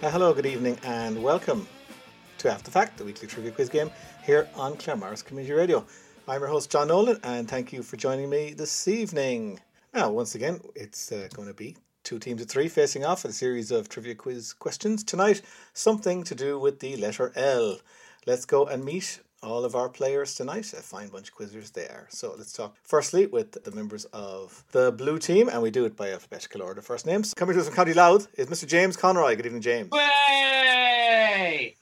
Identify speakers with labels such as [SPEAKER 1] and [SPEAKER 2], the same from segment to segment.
[SPEAKER 1] Uh, hello, good evening, and welcome to After the Fact, the weekly trivia quiz game here on Claremorris Community Radio. I'm your host, John Nolan, and thank you for joining me this evening. Now, once again, it's uh, going to be two teams of three facing off in a series of trivia quiz questions. Tonight, something to do with the letter L. Let's go and meet all of our players tonight. A fine bunch of quizzers they are. So let's talk firstly with the members of the blue team, and we do it by alphabetical order, first names. Coming to us from County Louth is Mr. James Conroy. Good evening, James.
[SPEAKER 2] Way!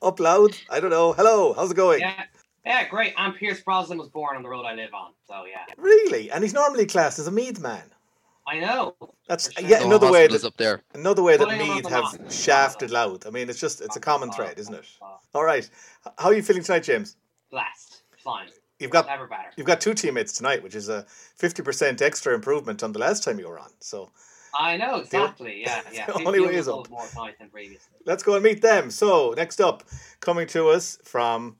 [SPEAKER 1] up loud. I don't know. Hello, how's it going?
[SPEAKER 2] Yeah, yeah, great. I'm Pierce Brosnan, was born on the road I live on. So, yeah.
[SPEAKER 1] Really? And he's normally classed as a Mead man.
[SPEAKER 2] I know.
[SPEAKER 1] That's
[SPEAKER 2] For sure.
[SPEAKER 1] yet
[SPEAKER 2] No,
[SPEAKER 1] another way
[SPEAKER 3] hospitals
[SPEAKER 1] that
[SPEAKER 3] up there.
[SPEAKER 1] another way that
[SPEAKER 2] Well, I know
[SPEAKER 1] Mead
[SPEAKER 2] the
[SPEAKER 1] have
[SPEAKER 2] lot.
[SPEAKER 1] shafted Loud. I mean, it's just it's a common thread, isn't it? All right. H- How are you feeling tonight, James?
[SPEAKER 2] Uh, Blast. Fine.
[SPEAKER 1] You've got
[SPEAKER 2] Never better.
[SPEAKER 1] you've got two teammates tonight, which is a fifty percent extra improvement on the last time you were on. So
[SPEAKER 2] I know, exactly. Yeah, yeah.
[SPEAKER 1] the
[SPEAKER 2] Fifty
[SPEAKER 1] only way
[SPEAKER 2] was
[SPEAKER 1] is
[SPEAKER 2] a
[SPEAKER 1] up.
[SPEAKER 2] little more tonight than previously.
[SPEAKER 1] let's go and meet them. So next up, coming to us from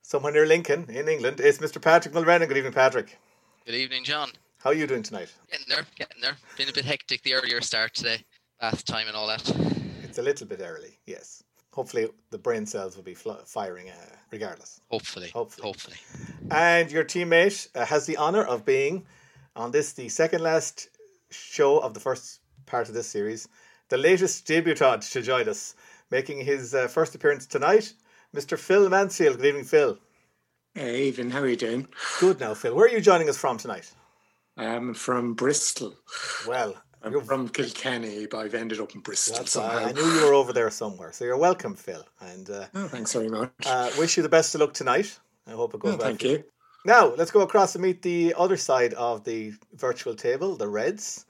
[SPEAKER 1] somewhere near Lincoln in England, it's Mr. Patrick Mulrennan. Good evening, Patrick.
[SPEAKER 3] Good evening, John.
[SPEAKER 1] How are you doing tonight?
[SPEAKER 3] Getting there, getting there. Been a bit hectic the earlier start today, bath time and all that.
[SPEAKER 1] It's a little bit early, yes. Hopefully, the brain cells will be fl- firing uh, regardless.
[SPEAKER 3] Hopefully,
[SPEAKER 1] Hopefully.
[SPEAKER 3] hopefully.
[SPEAKER 1] And your teammate uh, has the honour of being on this, the second last show of the first part of this series, the latest debutant to join us, making his uh, first appearance tonight, Mr. Phil Mansfield. Good evening, Phil.
[SPEAKER 4] Hey, Evan, how are you doing?
[SPEAKER 1] Good now, Phil. Where are you joining us from tonight?
[SPEAKER 4] I'm from Bristol.
[SPEAKER 1] Well,
[SPEAKER 4] I'm
[SPEAKER 1] you're
[SPEAKER 4] from Kilkenny, but I've ended up in Bristol
[SPEAKER 1] that's,
[SPEAKER 4] somehow.
[SPEAKER 1] I knew you were over there somewhere, so you're welcome, Phil. And uh,
[SPEAKER 4] Oh, thanks very much.
[SPEAKER 1] uh, wish you the best of luck tonight. I hope it goes
[SPEAKER 4] Oh,
[SPEAKER 1] well.
[SPEAKER 4] thank
[SPEAKER 1] for you.
[SPEAKER 4] you.
[SPEAKER 1] Now, let's go across and meet the other side of the virtual table, the Reds.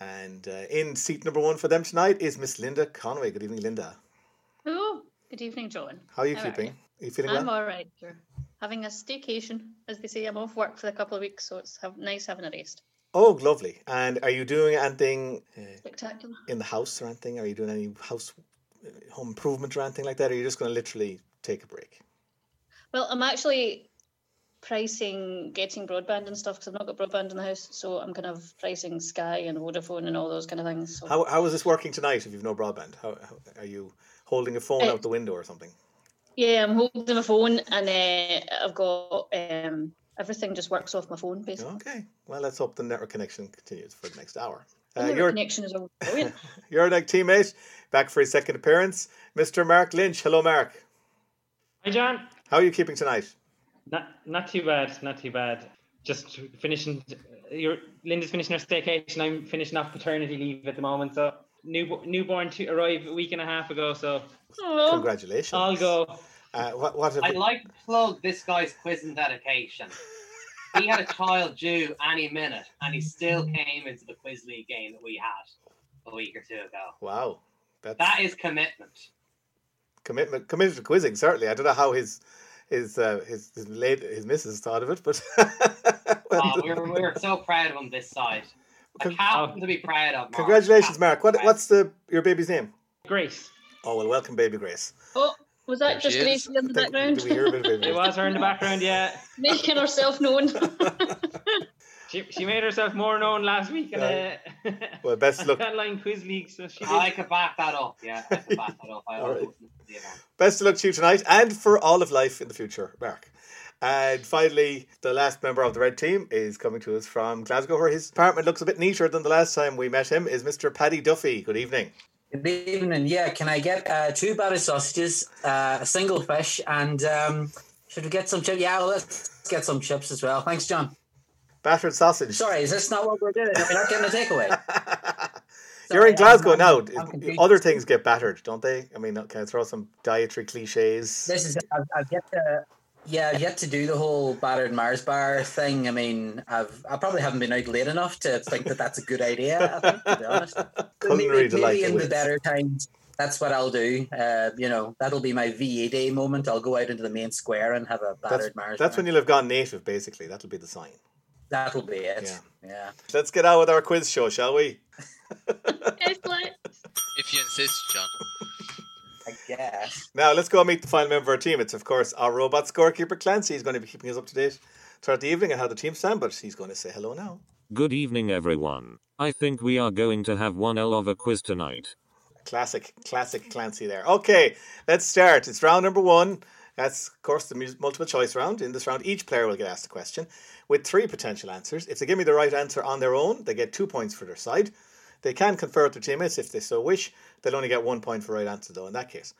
[SPEAKER 1] And uh, in seat number one for them tonight is Miss Linda Conway. Good evening, Linda.
[SPEAKER 5] Oh, good evening, John.
[SPEAKER 1] How are you
[SPEAKER 5] How are
[SPEAKER 1] keeping?
[SPEAKER 5] you?
[SPEAKER 1] Are you feeling
[SPEAKER 5] I'm
[SPEAKER 1] well?
[SPEAKER 5] all right here. Having a staycation, as they say. I'm off work for a couple of weeks, so it's have, nice having a rest.
[SPEAKER 1] Oh, lovely. And are you doing anything uh,
[SPEAKER 5] Spectacular.
[SPEAKER 1] in the house or anything? Are you doing any house uh, home improvement or anything like that? Or are you just going to literally take a break?
[SPEAKER 5] Well, I'm actually pricing getting broadband and stuff because I've not got broadband in the house, so I'm kind of pricing Sky and Vodafone and all those kind of things. So.
[SPEAKER 1] How, how is this working tonight if you've no broadband? How, how Are you holding a phone
[SPEAKER 5] Uh,
[SPEAKER 1] out the window or something?
[SPEAKER 5] yeah, I'm holding my phone and uh, I've got um, everything just works off my phone basically.
[SPEAKER 1] Okay. Well, let's hope the network connection continues for the next hour.
[SPEAKER 5] And
[SPEAKER 1] Uh,
[SPEAKER 5] the
[SPEAKER 1] your-
[SPEAKER 5] connection is all brilliant.
[SPEAKER 1] Your next teammate, back for his second appearance, Mr. Mark Lynch. Hello, Mark.
[SPEAKER 6] Hi, John.
[SPEAKER 1] How are you keeping tonight?
[SPEAKER 6] Not not too bad. Not too bad. Just finishing. Your Linda's finishing her staycation. I'm finishing off paternity leave at the moment. So new newborn to arrived a week and a half ago. So
[SPEAKER 5] Aw.
[SPEAKER 1] Congratulations.
[SPEAKER 6] I'll go.
[SPEAKER 1] Uh, what, what have
[SPEAKER 2] I'd
[SPEAKER 1] we-
[SPEAKER 2] like to plug this guy's quiz and dedication. He had a child due any minute, and he still came into the quiz league game that we had a week or two ago.
[SPEAKER 1] Wow. That's
[SPEAKER 2] That is commitment.
[SPEAKER 1] commitment, committed to quizzing, certainly. I don't know how his his uh, his his, late, his missus thought of it, but
[SPEAKER 2] Oh, we were, we were so proud of him this side. I
[SPEAKER 1] Con-
[SPEAKER 2] have to be proud of. Mark.
[SPEAKER 1] congratulations, Mark. What,
[SPEAKER 2] Proud.
[SPEAKER 1] what's the your baby's name?
[SPEAKER 6] Grace.
[SPEAKER 1] Oh well, welcome, baby Grace.
[SPEAKER 5] Oh, was that
[SPEAKER 3] There she
[SPEAKER 5] just
[SPEAKER 3] is.
[SPEAKER 5] Gracie in the
[SPEAKER 1] Think-
[SPEAKER 5] background?
[SPEAKER 1] Do we hear a bit of baby
[SPEAKER 6] It
[SPEAKER 1] Grace?
[SPEAKER 6] was her in the background. Yeah.
[SPEAKER 5] Making herself known.
[SPEAKER 6] She, she made herself more known last week in a
[SPEAKER 1] Well, best of luck
[SPEAKER 6] online quiz league. So she
[SPEAKER 2] I
[SPEAKER 6] did.
[SPEAKER 2] could back that up. Yeah, I could back that up. I
[SPEAKER 1] All
[SPEAKER 2] will
[SPEAKER 1] right.
[SPEAKER 2] put them to the event.
[SPEAKER 1] Best of luck to you tonight and for all of life in the future, Mark. And finally, the last member of the red team is coming to us from Glasgow, where his apartment looks a bit neater than the last time we met him. Is Mr. Paddy Duffy? Good evening.
[SPEAKER 7] Good evening. Yeah, can I get uh, two batter sausages, uh, a single fish, and um, should we get some chips? Yeah, well, let's get some chips as well. Thanks, John.
[SPEAKER 1] Battered sausage.
[SPEAKER 7] Sorry, is this not what we're doing? We're not getting a takeaway.
[SPEAKER 1] You're
[SPEAKER 7] Sorry,
[SPEAKER 1] in Glasgow
[SPEAKER 7] I'm-
[SPEAKER 1] now.
[SPEAKER 7] I'm- I'm confused.
[SPEAKER 1] Other things get battered, don't they? I mean, can I throw some dietary cliches?
[SPEAKER 7] This is I've, I've yet to Yeah, I've yet to do the whole battered Mars bar thing. I mean, I've I probably haven't been out late enough to think that that's a good idea. I think, to be honest,
[SPEAKER 1] Culinary
[SPEAKER 7] maybe,
[SPEAKER 1] delight
[SPEAKER 7] maybe in the
[SPEAKER 1] awaits.
[SPEAKER 7] better times, that's what I'll do. Uh, you know, that'll be my VA day moment. I'll go out into the main square and have a
[SPEAKER 1] That's,
[SPEAKER 7] battered Mars.
[SPEAKER 1] that's when you'll have gone native, basically. That'll be the sign.
[SPEAKER 7] That'll be it. Yeah.
[SPEAKER 1] Let's get on with our quiz show, shall we?
[SPEAKER 3] If you insist, John.
[SPEAKER 7] I guess.
[SPEAKER 1] Now let's go and meet the final member of our team. It's of course our robot scorekeeper Clancy. He's going to be keeping us up to date throughout the evening and how the team stand, but he's going to say hello now.
[SPEAKER 8] Good evening, everyone. I think we are going to have one hell of a quiz tonight.
[SPEAKER 1] Classic, classic Clancy there. Okay, let's start. It's round number one. That's, of course, the mu- multiple choice round. In this round, each player will get asked a question with three potential answers. If they give me the right answer on their own, they get two points for their side. They can confer with their teammates if they so wish. They'll only get one point for right answer, though, in that case.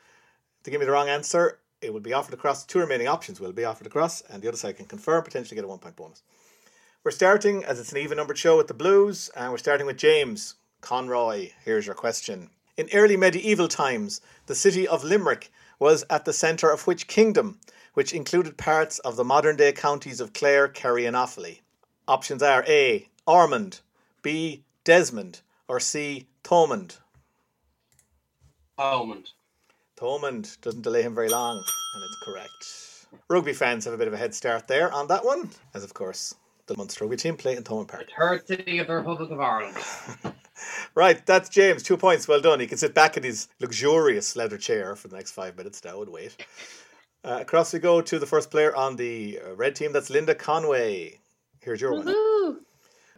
[SPEAKER 1] If they give me the wrong answer, it will be offered across. Two remaining options will be offered across, and the other side can confer, potentially get a one point bonus. We're starting, as it's an even numbered show, with the Blues, and we're starting with James Conroy. Here's your question. In early medieval times, the city of Limerick was at the centre of which kingdom, which included parts of the modern day counties of Clare, Kerry, and Offaly? Options are A. Ormond, B. Desmond, or C. Thomond.
[SPEAKER 2] Thomond.
[SPEAKER 1] Thomond doesn't delay him very long, and it's correct. Rugby fans have a bit of a head start there on that one, as of course the Munster rugby team play in Thomond Park.
[SPEAKER 2] The third city of the Republic of Ireland.
[SPEAKER 1] Right, that's James. Two points. Well done. He can sit back in his luxurious leather chair for the next five minutes now and wait. Uh, across we go to the first player on the uh, red team. That's Linda Conway. Here's your one.
[SPEAKER 5] Woohoo!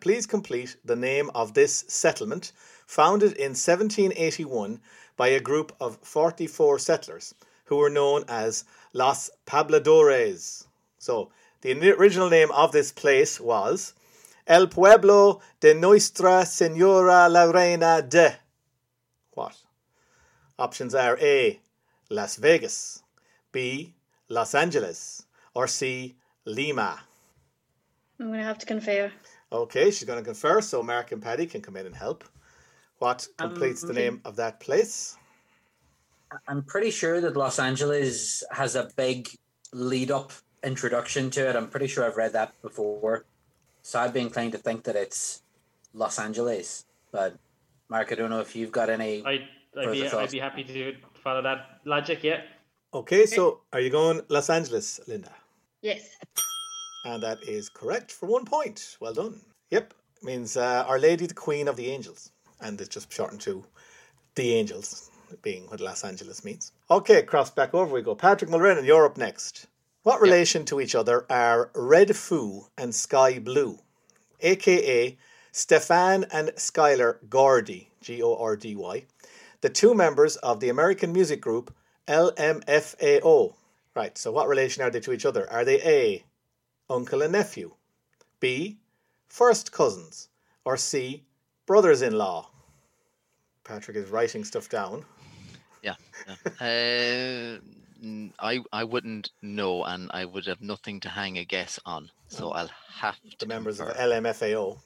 [SPEAKER 1] Please complete the name of this settlement, founded in 1781 by a group of 44 settlers who were known as Las Pobladores. So, the ni- original name of this place was El Pueblo de Nuestra Señora la Reina de. What? Options are A. Las Vegas, B. Los Angeles, or C. Lima.
[SPEAKER 5] I'm gonna have to confer.
[SPEAKER 1] Okay, she's going to confer, so Mark and Paddy can come in and help. What completes the name of that place?
[SPEAKER 7] I'm pretty sure that Los Angeles has a big lead up introduction to it. I'm pretty sure I've read that before. So I'd be inclined to think that it's Los Angeles. But Mark, I don't know if you've got any
[SPEAKER 6] I, I'd,
[SPEAKER 7] Further
[SPEAKER 6] be, I'd
[SPEAKER 7] thoughts?
[SPEAKER 6] be happy to follow that logic, yeah.
[SPEAKER 1] Okay, so are you going Los Angeles, Linda?
[SPEAKER 5] Yes.
[SPEAKER 1] And that is correct for one point. Well done. Yep, means uh, Our Lady, the Queen of the Angels. And it's just shortened to the Angels, being what Los Angeles means. Okay, cross back over we go. Patrick Mulrennan, you're up next. What relation to each other are Red Foo and Sky Blue, aka Stefan and Skylar Gordy, G O R D Y, the two members of the American music group LMFAO? Right, so what relation are they to each other? Are they A, uncle and nephew, B, first cousins, or C, brothers in law? Patrick is writing stuff down.
[SPEAKER 3] Uh, n- I I wouldn't know, and I would have nothing to hang a guess on. So I'll have to
[SPEAKER 1] The members of
[SPEAKER 3] confer.
[SPEAKER 1] LMFAO.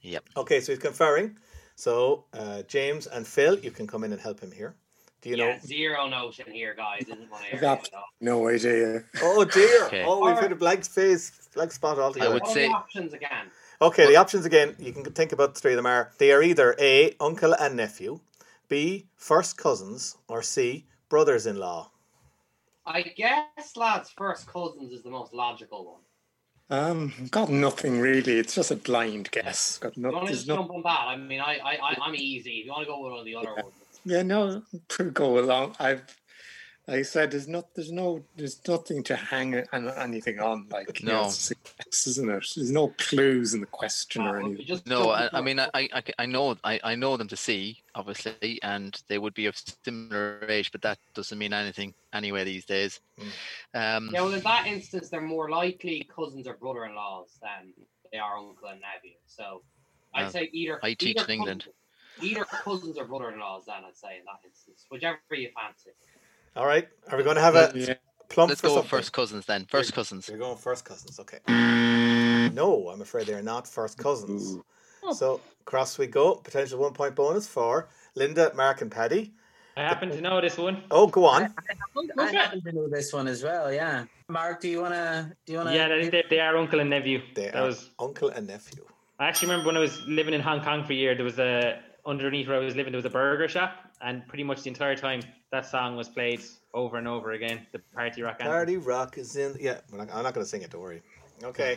[SPEAKER 3] Yep.
[SPEAKER 1] Okay, so he's conferring. So uh, James and Phil, you can come in and help him here. Do you
[SPEAKER 2] yeah,
[SPEAKER 1] know?
[SPEAKER 2] zero notion here, guys. Isn't my area.
[SPEAKER 4] That-
[SPEAKER 2] at all.
[SPEAKER 4] No idea.
[SPEAKER 1] Oh dear!
[SPEAKER 3] Okay.
[SPEAKER 1] Oh, we've hit a blank space, blank spot
[SPEAKER 3] I
[SPEAKER 1] altogether.
[SPEAKER 3] would
[SPEAKER 2] All
[SPEAKER 3] say-
[SPEAKER 2] the options again.
[SPEAKER 1] Okay, the options again, you can think about the three of them are they are either A, uncle and nephew, B, first cousins, or C, brothers in law.
[SPEAKER 2] I guess lads first cousins is the most logical one.
[SPEAKER 4] Um, got nothing really. It's just a blind guess. Got
[SPEAKER 2] You
[SPEAKER 4] no,
[SPEAKER 2] want to
[SPEAKER 4] there's
[SPEAKER 2] just
[SPEAKER 4] no,
[SPEAKER 2] jump on that? I mean, I, I, I, I'm easy. If you want to go with one of the other ones,
[SPEAKER 4] yeah, no. To go along, I've, like I said, there's not, there's no, there's nothing to hang a- an, anything on. Like you know,
[SPEAKER 3] No.
[SPEAKER 4] it's a guess, isn't it? There's no clues in the question or
[SPEAKER 2] If you
[SPEAKER 4] anything.
[SPEAKER 2] just
[SPEAKER 3] No,
[SPEAKER 2] jump
[SPEAKER 3] I,
[SPEAKER 2] into
[SPEAKER 3] I
[SPEAKER 2] it.
[SPEAKER 3] mean, I, I, I know, I, I know them to see, obviously, and they would be of similar age, but that doesn't mean anything anyway these days. Um,
[SPEAKER 2] Yeah, well, in that instance, they're more likely cousins or brother-in-laws than they are uncle and nephew. So, I'd
[SPEAKER 3] Uh,
[SPEAKER 2] say either.
[SPEAKER 3] I teach
[SPEAKER 2] either
[SPEAKER 3] in England.
[SPEAKER 2] cousins- Either cousins or brother-in-laws, then I'd say in that instance, whichever you fancy.
[SPEAKER 1] All right, are we going to have a
[SPEAKER 4] Yeah.
[SPEAKER 1] plump
[SPEAKER 3] let's
[SPEAKER 1] for
[SPEAKER 3] go with
[SPEAKER 1] something?
[SPEAKER 3] first cousins then. First cousins.
[SPEAKER 1] You're going first cousins, okay. No, I'm afraid they're not first cousins.
[SPEAKER 2] Oh.
[SPEAKER 1] So, cross we go. Potential one point bonus for Linda, Mark, and Paddy.
[SPEAKER 6] I happen to know this one.
[SPEAKER 1] Oh, go on.
[SPEAKER 7] I happen to know this one as well. Yeah, Mark, do you wanna? Do you wanna?
[SPEAKER 6] Yeah, they, they, they are uncle and nephew.
[SPEAKER 1] They
[SPEAKER 6] that
[SPEAKER 1] are
[SPEAKER 6] was.
[SPEAKER 1] uncle and nephew.
[SPEAKER 6] I actually remember when I was living in Hong Kong for a year. There was a underneath where I was living. There was a burger shop, and pretty much the entire time that song was played over and over again. The party rock anthem.
[SPEAKER 1] Party Rock is in. Yeah, we're not, I'm not going to sing it. Don't worry. Okay,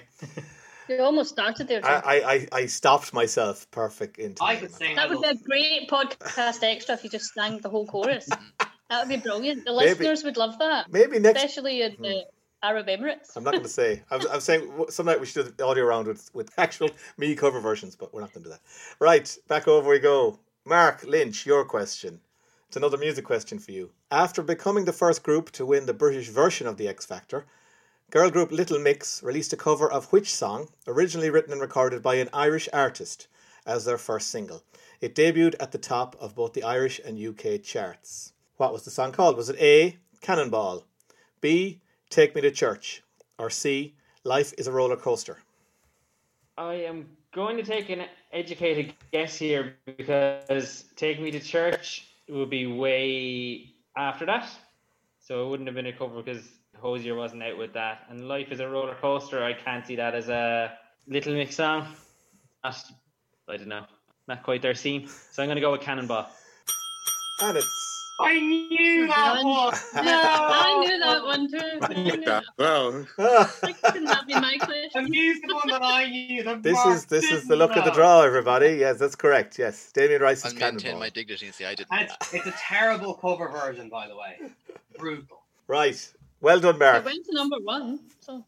[SPEAKER 5] You almost started there.
[SPEAKER 1] I,
[SPEAKER 5] John.
[SPEAKER 1] I, I, I stopped myself. Perfect. In time.
[SPEAKER 2] I could sing.
[SPEAKER 5] that would be a great podcast extra if you just sang the whole chorus. that would be brilliant. The listeners would love that,
[SPEAKER 1] Maybe next. Hmm.
[SPEAKER 5] especially in the Arab Emirates.
[SPEAKER 1] I'm not going to say. I'm, I'm saying w- some night we should do the audio round with with actual me cover versions, but we're not going to do that. Right, back over we go. Mark Lynch, your question. It's another music question for you. After becoming the first group to win the British version of the X Factor, girl group Little Mix released a cover of which song, originally written and recorded by an Irish artist, as their first single. It debuted at the top of both the Irish and UK charts. What was the song called? Was it A. Cannonball, B. Take me to church, or C. Life is a roller coaster.
[SPEAKER 6] I am going to take an educated guess here because Take Me to Church would be way after that. So it wouldn't have been a cover because Hosier wasn't out with that. And Life is a Roller Coaster, I can't see that as a Little Mix song. That's, I don't know. Not quite their scene. So I'm going to go with Cannonball.
[SPEAKER 1] And it's
[SPEAKER 2] I knew that
[SPEAKER 5] John.
[SPEAKER 2] one.
[SPEAKER 5] I knew that one too. I knew that.
[SPEAKER 4] Well,
[SPEAKER 5] Couldn't that be my question?
[SPEAKER 2] I used the one that I knew. that
[SPEAKER 1] this
[SPEAKER 2] Mark
[SPEAKER 1] is this is
[SPEAKER 2] didn't
[SPEAKER 1] the look of the
[SPEAKER 2] know.
[SPEAKER 1] draw, everybody. Yes, that's correct. Yes, Damien Rice
[SPEAKER 3] I'll
[SPEAKER 1] is
[SPEAKER 3] maintain
[SPEAKER 1] cannonball.
[SPEAKER 3] my dignity and say I didn't. know
[SPEAKER 2] And
[SPEAKER 3] that.
[SPEAKER 2] It's, it's a terrible cover version, by the way. Brutal.
[SPEAKER 1] Right, well done,
[SPEAKER 5] I
[SPEAKER 1] Mark.
[SPEAKER 5] went to number one. So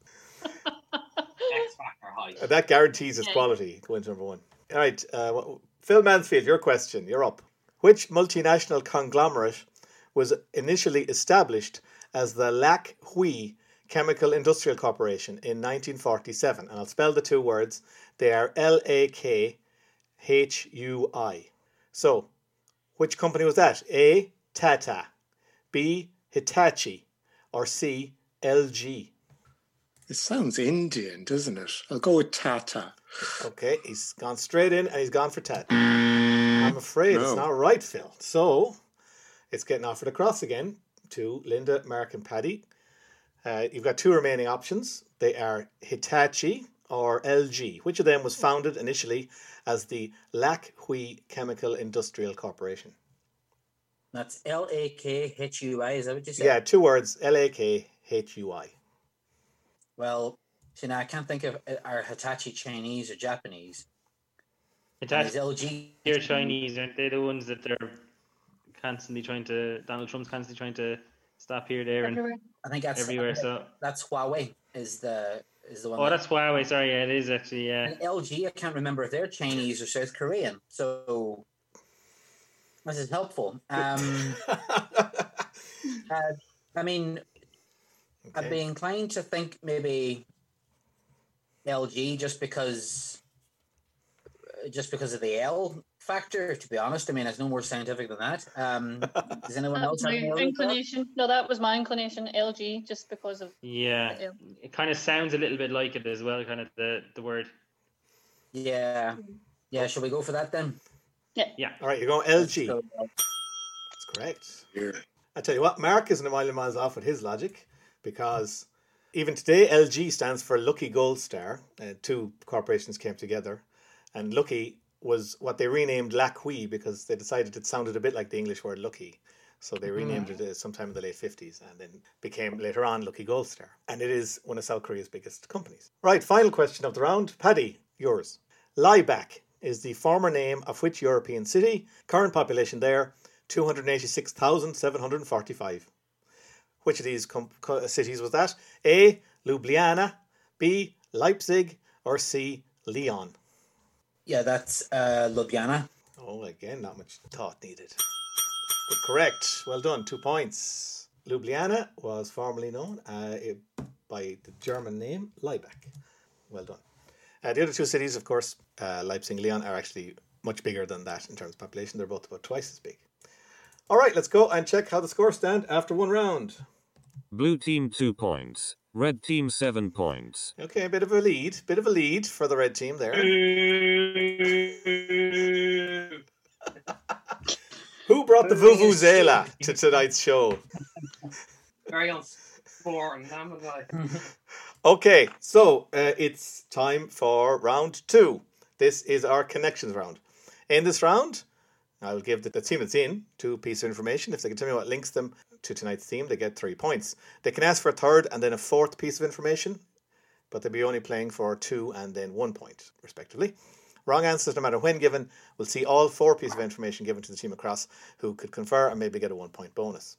[SPEAKER 2] X Factor High.
[SPEAKER 1] And That guarantees its
[SPEAKER 5] Yeah.
[SPEAKER 1] quality. Going to number one. All right, uh, what- Phil Mansfield, your question. You're up. Which multinational conglomerate was initially established as the Lac Hui Chemical Industrial Corporation in 1947? And I'll spell the two words. They are L A K H U I. So, which company was that? A. Tata, B. Hitachi, or C. LG?
[SPEAKER 4] it sounds Indian, doesn't it? I'll go with Tata.
[SPEAKER 1] Okay, he's gone straight in and he's gone for Ted. I'm afraid it's
[SPEAKER 4] No.
[SPEAKER 1] not right, Phil. So it's getting offered across again to Linda, Mark, and Paddy. Uh, you've got two remaining options. They are Hitachi or LG. Which of them was founded initially as the Lac Hui Chemical Industrial Corporation?
[SPEAKER 7] That's L A K H U I. Is that what you said?
[SPEAKER 1] Yeah, two words L A K H U I.
[SPEAKER 7] Well, see now I can't think of uh, are Hitachi Chinese or Japanese. And
[SPEAKER 6] Hitachi
[SPEAKER 7] is LG
[SPEAKER 6] are Chinese, aren't they? The ones that they're constantly trying to, Donald Trump's constantly trying to stop here, there, and
[SPEAKER 7] I think that's
[SPEAKER 6] everywhere. So,
[SPEAKER 7] that's Huawei is the is the one.
[SPEAKER 6] oh,
[SPEAKER 7] that-
[SPEAKER 6] that's Huawei. Sorry, yeah, it is actually. Yeah.
[SPEAKER 7] and LG. I can't remember if they're Chinese or South Korean. So this is helpful. Um, uh, I mean, I'd be
[SPEAKER 1] Okay.
[SPEAKER 7] inclined to think maybe LG just because uh, just because of the L factor. To be honest, I mean, it's no more scientific than that. Um, does anyone
[SPEAKER 5] that
[SPEAKER 7] else
[SPEAKER 5] was
[SPEAKER 7] have
[SPEAKER 5] my
[SPEAKER 7] any other thoughts?
[SPEAKER 5] inclination. No, that was my inclination. LG, just because of
[SPEAKER 6] Yeah,
[SPEAKER 5] Yeah.
[SPEAKER 6] it kind of sounds a little bit like it as well. Kind of the the word.
[SPEAKER 7] Yeah, yeah. Shall we go for that then?
[SPEAKER 1] All right, you're going LG.
[SPEAKER 7] So, uh,
[SPEAKER 1] That's correct.
[SPEAKER 4] Yeah.
[SPEAKER 1] I tell you what, Mark isn't a million miles off with his logic because even today, LG stands for Lucky Gold Star. Uh, two corporations came together, and Lucky was what they renamed Lac Hui because they decided it sounded a bit like the English word lucky. So they renamed it uh, sometime in the late 50s and then became later on Lucky Gold Star. And it is one of South Korea's biggest companies. Right, final question of the round. Paddy, yours. Lieback is the former name of which European city? Current population there, 286,745. Which of these com- co- cities was that? A. Ljubljana, B. Leipzig, or C. Lyon?
[SPEAKER 7] yeah, that's uh, Ljubljana.
[SPEAKER 1] Oh, again, not much thought needed. But correct. Well done. Two points. Ljubljana was formerly known uh, it- by the German name Leibach. Well done. Uh, the other two cities, of course, uh, Leipzig and Lyon, are actually much bigger than that in terms of population. They're both about twice as big. All right, let's go and check how the scores stand after one round.
[SPEAKER 8] Blue team 2 points, red team 7 points.
[SPEAKER 1] Okay, a bit of a lead. Bit of a lead for the red team there. Who brought the Vuvuzela to tonight's show?
[SPEAKER 2] Very unsporn. I'm like,
[SPEAKER 1] Okay, so uh, it's time for round two. This is our connections round. In this round, I will give the, the team that's in two pieces of information. If they can tell me what links them to tonight's theme, they get three points. They can ask for a third and then a fourth piece of information, but they'll be only playing for two and then one point, respectively. Wrong answers, no matter when given, will see all four pieces of information given to the team across who could confer and maybe get a one point bonus.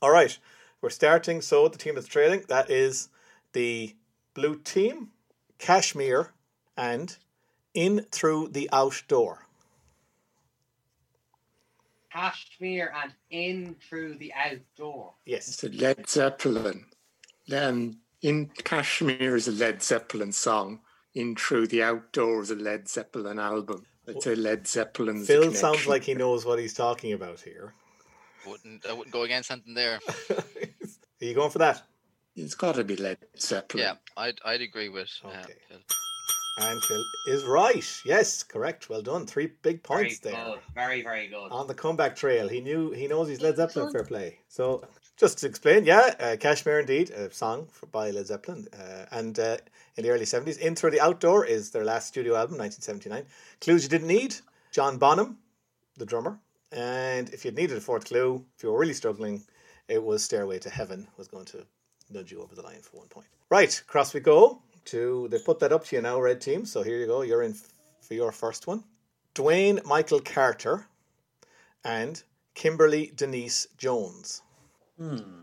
[SPEAKER 1] All right, we're starting. So, with the team that's trailing, that is the blue team, Kashmir, and in through the outdoor.
[SPEAKER 2] Kashmir and in through the outdoor.
[SPEAKER 1] Yes.
[SPEAKER 4] So Led Zeppelin. Um, in Kashmir is a Led Zeppelin song. In Through the Outdoor is a Led Zeppelin album. It's a Led Zeppelin.
[SPEAKER 1] Phil sounds like he knows what he's talking about here.
[SPEAKER 3] Wouldn't I wouldn't go against something there.
[SPEAKER 1] Are you going for that?
[SPEAKER 4] It's got to be Led Zeppelin.
[SPEAKER 3] Yeah, I'd I'd agree with. uh,
[SPEAKER 1] Okay.
[SPEAKER 3] Phil.
[SPEAKER 1] And Phil is right. Yes, correct. Well done. Three big
[SPEAKER 2] Very
[SPEAKER 1] points there. Uh-huh.
[SPEAKER 2] good. Very, very good.
[SPEAKER 1] on the comeback trail. He knew he knows he's Led Zeppelin fair play. So just to explain, yeah, uh, Kashmir indeed, a song for, by Led Zeppelin, uh, and uh, in the early seventies. In Through the Outdoor is their last studio album, nineteen seventy nine. Clues you didn't need: John Bonham, the drummer, and if you'd needed a fourth clue, if you were really struggling, it was Stairway to Heaven was going to nudge you over the line for one point. Right, across we go to they put that up to you now, red team. So here you go. You're in f- for your first one. Dwayne Michael Carter and Kimberly Denise Jones.
[SPEAKER 7] Hmm.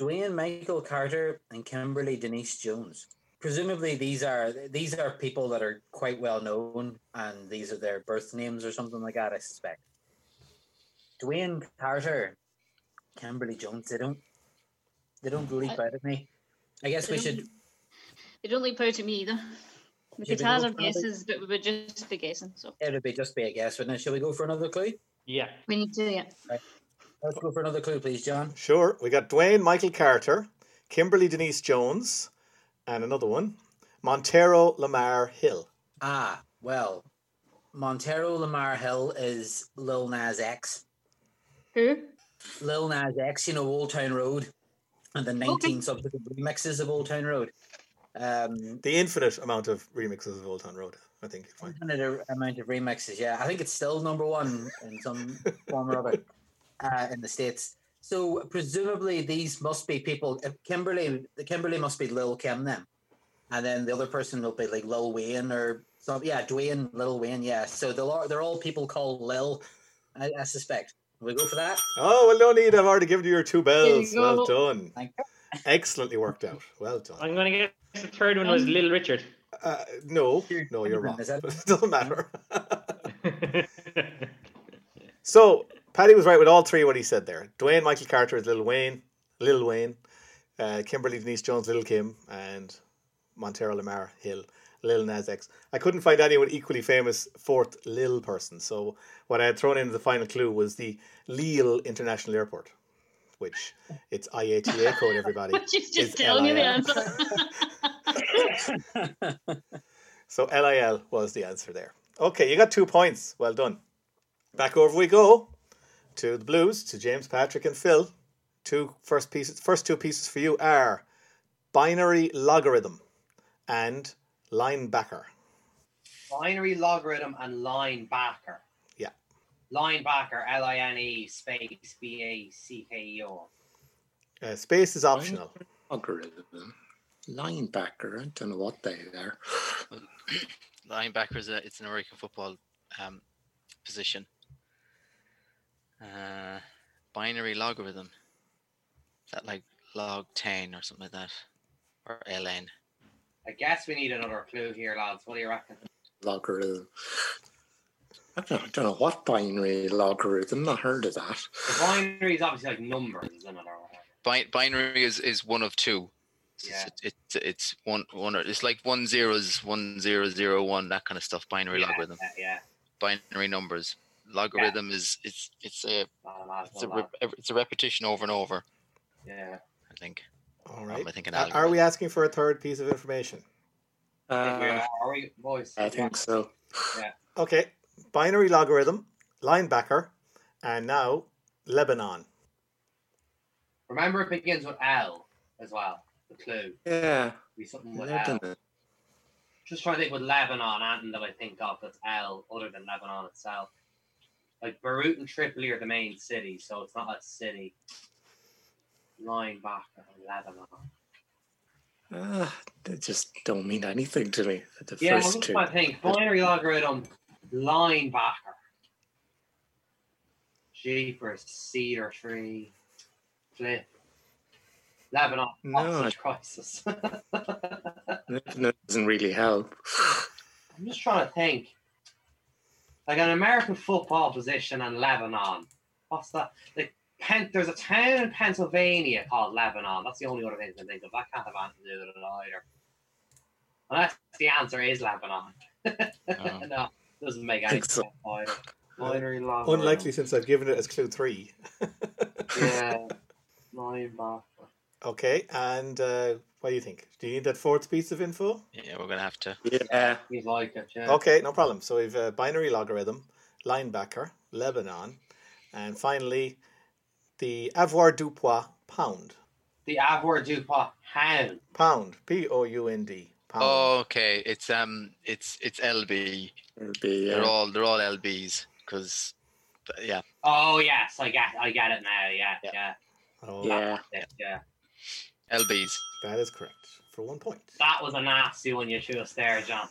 [SPEAKER 7] Dwayne Michael Carter and Kimberly Denise Jones. Presumably, these are these are people that are quite well known, and these are their birth names or something like that. I suspect. Dwayne Carter, Kimberly Jones. They don't they don't leap out at me. I guess we
[SPEAKER 5] They don't-
[SPEAKER 7] should.
[SPEAKER 5] They don't leap out to me either. We
[SPEAKER 7] Should
[SPEAKER 5] could
[SPEAKER 7] we
[SPEAKER 5] have
[SPEAKER 7] go
[SPEAKER 5] our
[SPEAKER 7] for another-
[SPEAKER 5] guesses, but we would just be guessing. So
[SPEAKER 7] It would be just be a guess, wouldn't it? Shall we go for another clue?
[SPEAKER 6] Yeah.
[SPEAKER 5] we need to, yeah.
[SPEAKER 7] Let's go for another clue, please, John.
[SPEAKER 1] Sure, we got Dwayne Michael Carter, Kimberly Denise Jones, and another one, Montero Lamar Hill.
[SPEAKER 7] Ah, well, Montero Lamar Hill is Lil Nas X.
[SPEAKER 5] Who?
[SPEAKER 7] Lil Nas X, you know, Old Town Road, and the
[SPEAKER 5] Oh.
[SPEAKER 7] 19 subsequent remixes of Old Town Road. Um,
[SPEAKER 1] The infinite amount of remixes of Old Town Road, I think. you'll
[SPEAKER 3] Mm-hmm.
[SPEAKER 1] find.
[SPEAKER 7] infinite amount of remixes, yeah. I think it's still number one in some form or other uh, in the States. So presumably these must be people. uh, Kimberly, the Kimberly must be Lil Kim then, and then the other person will be like Lil Wayne or some, yeah, Dwayne, Lil Wayne, yeah. So they're all, they're all people called Lil, I, I suspect. We go for that.
[SPEAKER 1] Oh, well, no need. I've already given you your two bells.
[SPEAKER 5] you
[SPEAKER 1] Well
[SPEAKER 5] go.
[SPEAKER 1] done.
[SPEAKER 7] Thank
[SPEAKER 1] Excellently worked out. Well done.
[SPEAKER 6] I'm going to guess the third one was
[SPEAKER 5] Um,
[SPEAKER 6] Little Richard.
[SPEAKER 1] Uh, no, no, you're wrong.
[SPEAKER 7] Is that-
[SPEAKER 1] But it doesn't matter. So Paddy was right with all three what he said there. Dwayne Michael Carter is Lil Wayne, Lil Wayne, uh, Kimberly Denise Jones, Lil Kim, and Montero Lamar Hill, Lil Nas X. I couldn't find anyone equally famous fourth Lil person. So what I had thrown in as the final clue was the Lille International Airport, which it's IATA code. Everybody,
[SPEAKER 5] She's
[SPEAKER 1] is
[SPEAKER 5] just telling you the
[SPEAKER 1] LIL.
[SPEAKER 5] answer.
[SPEAKER 1] So LIL was the answer there. Okay, you got two points. Well done. Back over we go to the Blues, to James, Patrick, and Phil. Two first pieces. First two pieces for you are binary logarithm and linebacker.
[SPEAKER 2] Binary logarithm and line backer.
[SPEAKER 1] Yeah.
[SPEAKER 2] Line backer, L I N E space B A C K E R.
[SPEAKER 1] Uh, space is optional.
[SPEAKER 4] Algorithm. Linebacker. I don't know what they are.
[SPEAKER 3] Linebacker is a, it's an American football um, position. Uh, binary logarithm. Is that like log ten or something like that, or ln?
[SPEAKER 2] I guess we need another clue here, lads. What do you reckon?
[SPEAKER 4] Logarithm. I don't, I don't know what binary logarithm. I heard of that.
[SPEAKER 2] The binary is obviously like numbers, isn't it? Or whatever.
[SPEAKER 3] Bi- binary is, is one of two. So
[SPEAKER 2] Yeah.
[SPEAKER 3] It's, it's it's one one or it's like one zeros one zero zero one that kind of stuff. Binary
[SPEAKER 2] Yeah,
[SPEAKER 3] logarithm,
[SPEAKER 2] Yeah, yeah.
[SPEAKER 3] binary numbers. Logarithm is it's it's a
[SPEAKER 2] Not a lot,
[SPEAKER 3] it's a,
[SPEAKER 2] not a lot.
[SPEAKER 3] rep- it's a repetition over and over.
[SPEAKER 2] Yeah.
[SPEAKER 3] I think.
[SPEAKER 1] All right.
[SPEAKER 3] I think an
[SPEAKER 1] Are- Are we
[SPEAKER 3] algorithm.
[SPEAKER 1] asking for a third piece of information?
[SPEAKER 2] Think we
[SPEAKER 4] Uh,
[SPEAKER 2] are, are we, boys?
[SPEAKER 4] I think so.
[SPEAKER 1] Okay, binary logarithm, linebacker, And now, Lebanon.
[SPEAKER 2] Remember, it begins with L as well. The clue.
[SPEAKER 4] Yeah.
[SPEAKER 2] Be something with L.
[SPEAKER 4] Lebanon.
[SPEAKER 2] Just trying to think with Lebanon, anything that I think of that's L other than Lebanon itself. Like Beirut and Tripoli are the main cities, so it's not a city. Lying back on Lebanon.
[SPEAKER 4] Ah, they just don't mean anything to me. The
[SPEAKER 2] yeah, well,
[SPEAKER 4] first
[SPEAKER 2] that's
[SPEAKER 4] two.
[SPEAKER 2] what I think. Binary algorithm, linebacker. G for cedar tree. Flip. Lebanon
[SPEAKER 4] No,
[SPEAKER 2] hostage crisis.
[SPEAKER 4] Lebanon doesn't really help.
[SPEAKER 2] I'm just trying to think. Like an American football position in Lebanon. What's that? Like Pen- there's a town in Pennsylvania called Lebanon. That's the only other thing I can think of. That can't have anything to do with it either. Unless the answer is Lebanon. no, doesn't make any
[SPEAKER 4] Think
[SPEAKER 2] sense
[SPEAKER 4] so.
[SPEAKER 2] either. Binary log-
[SPEAKER 1] Unlikely since I've given it as clue three.
[SPEAKER 2] Yeah. Linebacker.
[SPEAKER 1] Okay, and uh, what do you think? Do you need that fourth piece of info?
[SPEAKER 3] Yeah, we're gonna have to.
[SPEAKER 4] Yeah.
[SPEAKER 2] He's like it, yeah.
[SPEAKER 1] Okay, no problem. So we've uh, binary logarithm, linebacker, Lebanon, and finally the avoirdupois pound.
[SPEAKER 2] The Avoir Dupa hound.
[SPEAKER 1] Pound, P O U N D. Pound.
[SPEAKER 3] Oh, okay. It's um, it's it's LB.
[SPEAKER 4] It'll be,
[SPEAKER 3] They're
[SPEAKER 4] uh,
[SPEAKER 3] all they're all LBs because, yeah,
[SPEAKER 2] Oh yes, I get I get it now, yeah,
[SPEAKER 3] Yeah.
[SPEAKER 2] yeah.
[SPEAKER 1] Oh,
[SPEAKER 4] yeah.
[SPEAKER 2] Yeah. yeah.
[SPEAKER 3] LBs.
[SPEAKER 1] That is correct for one point.
[SPEAKER 2] That was a nasty one you threw us there, John.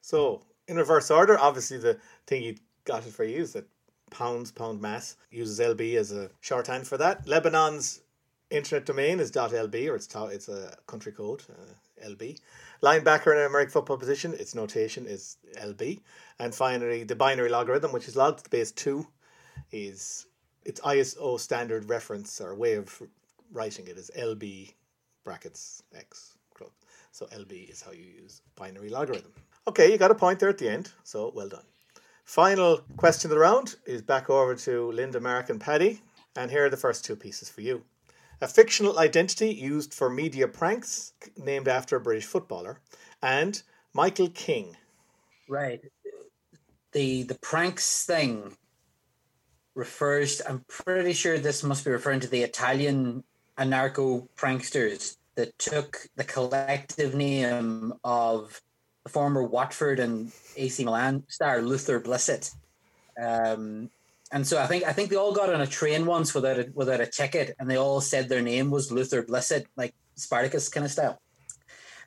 [SPEAKER 1] So in reverse order, obviously the thing you got it for you is that pounds pound mass uses LB as a shorthand for that. Lebanon's internet domain is .lb or it's to- it's a country code uh, LB. Linebacker in an American football position, its notation is LB. And finally, the binary logarithm, which is log to the base two, is its ISO standard reference or way of writing it is LB brackets X. close. So LB is how you use binary logarithm. Okay, you got a point there at the end, so well done. Final question of the round is back over to Linda, Mark, and Paddy, and here are the first two pieces for you. A fictional identity used for media pranks, named after a British footballer, and Michael King.
[SPEAKER 7] Right. The the pranks thing refers I'm pretty sure this must be referring to the Italian anarcho pranksters that took the collective name of the former Watford and AC Milan star Luther Blissett. Um and so I think I think they all got on a train once without a, without a ticket, and they all said their name was Luther Blissett, like Spartacus kind of style,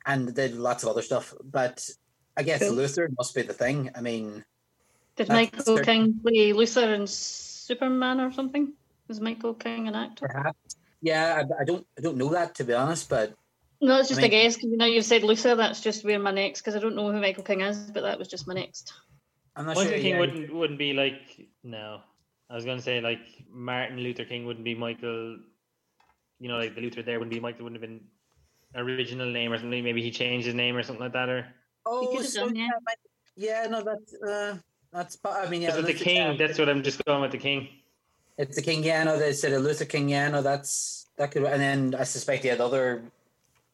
[SPEAKER 7] and they did lots of other stuff. But I guess
[SPEAKER 5] Cool.
[SPEAKER 7] Luther must be the thing. I mean,
[SPEAKER 5] Did
[SPEAKER 7] That's
[SPEAKER 5] Michael
[SPEAKER 7] fair.
[SPEAKER 5] King play Luther in Superman or something? Was Michael King an actor?
[SPEAKER 7] perhaps. Yeah, I, I don't I don't know that to be honest, but
[SPEAKER 5] No, it's just
[SPEAKER 7] I mean-
[SPEAKER 5] a guess. 'cause now you've said Luther, that's just where my next, because I don't know who Michael King is, but that was just my next.
[SPEAKER 7] I'm not
[SPEAKER 6] Michael
[SPEAKER 7] sure.
[SPEAKER 6] King
[SPEAKER 7] yeah.
[SPEAKER 6] wouldn't wouldn't be like no. I was gonna say like Martin Luther King wouldn't be Michael. You know, like the Luther there wouldn't be Michael. Wouldn't have been original name or something. Maybe he changed his name or something like that. Or
[SPEAKER 5] He
[SPEAKER 7] Oh,
[SPEAKER 5] could have
[SPEAKER 7] so,
[SPEAKER 5] done,
[SPEAKER 7] yeah.
[SPEAKER 5] yeah.
[SPEAKER 7] but- yeah, no, that's uh, that's. I mean, yeah,
[SPEAKER 6] Because of the
[SPEAKER 7] Luther-
[SPEAKER 6] King.
[SPEAKER 7] yeah,
[SPEAKER 6] That's what I'm just going with the King.
[SPEAKER 7] It's the King Yano. They said a Luther King Yano. That's that could, and then I suspect he had other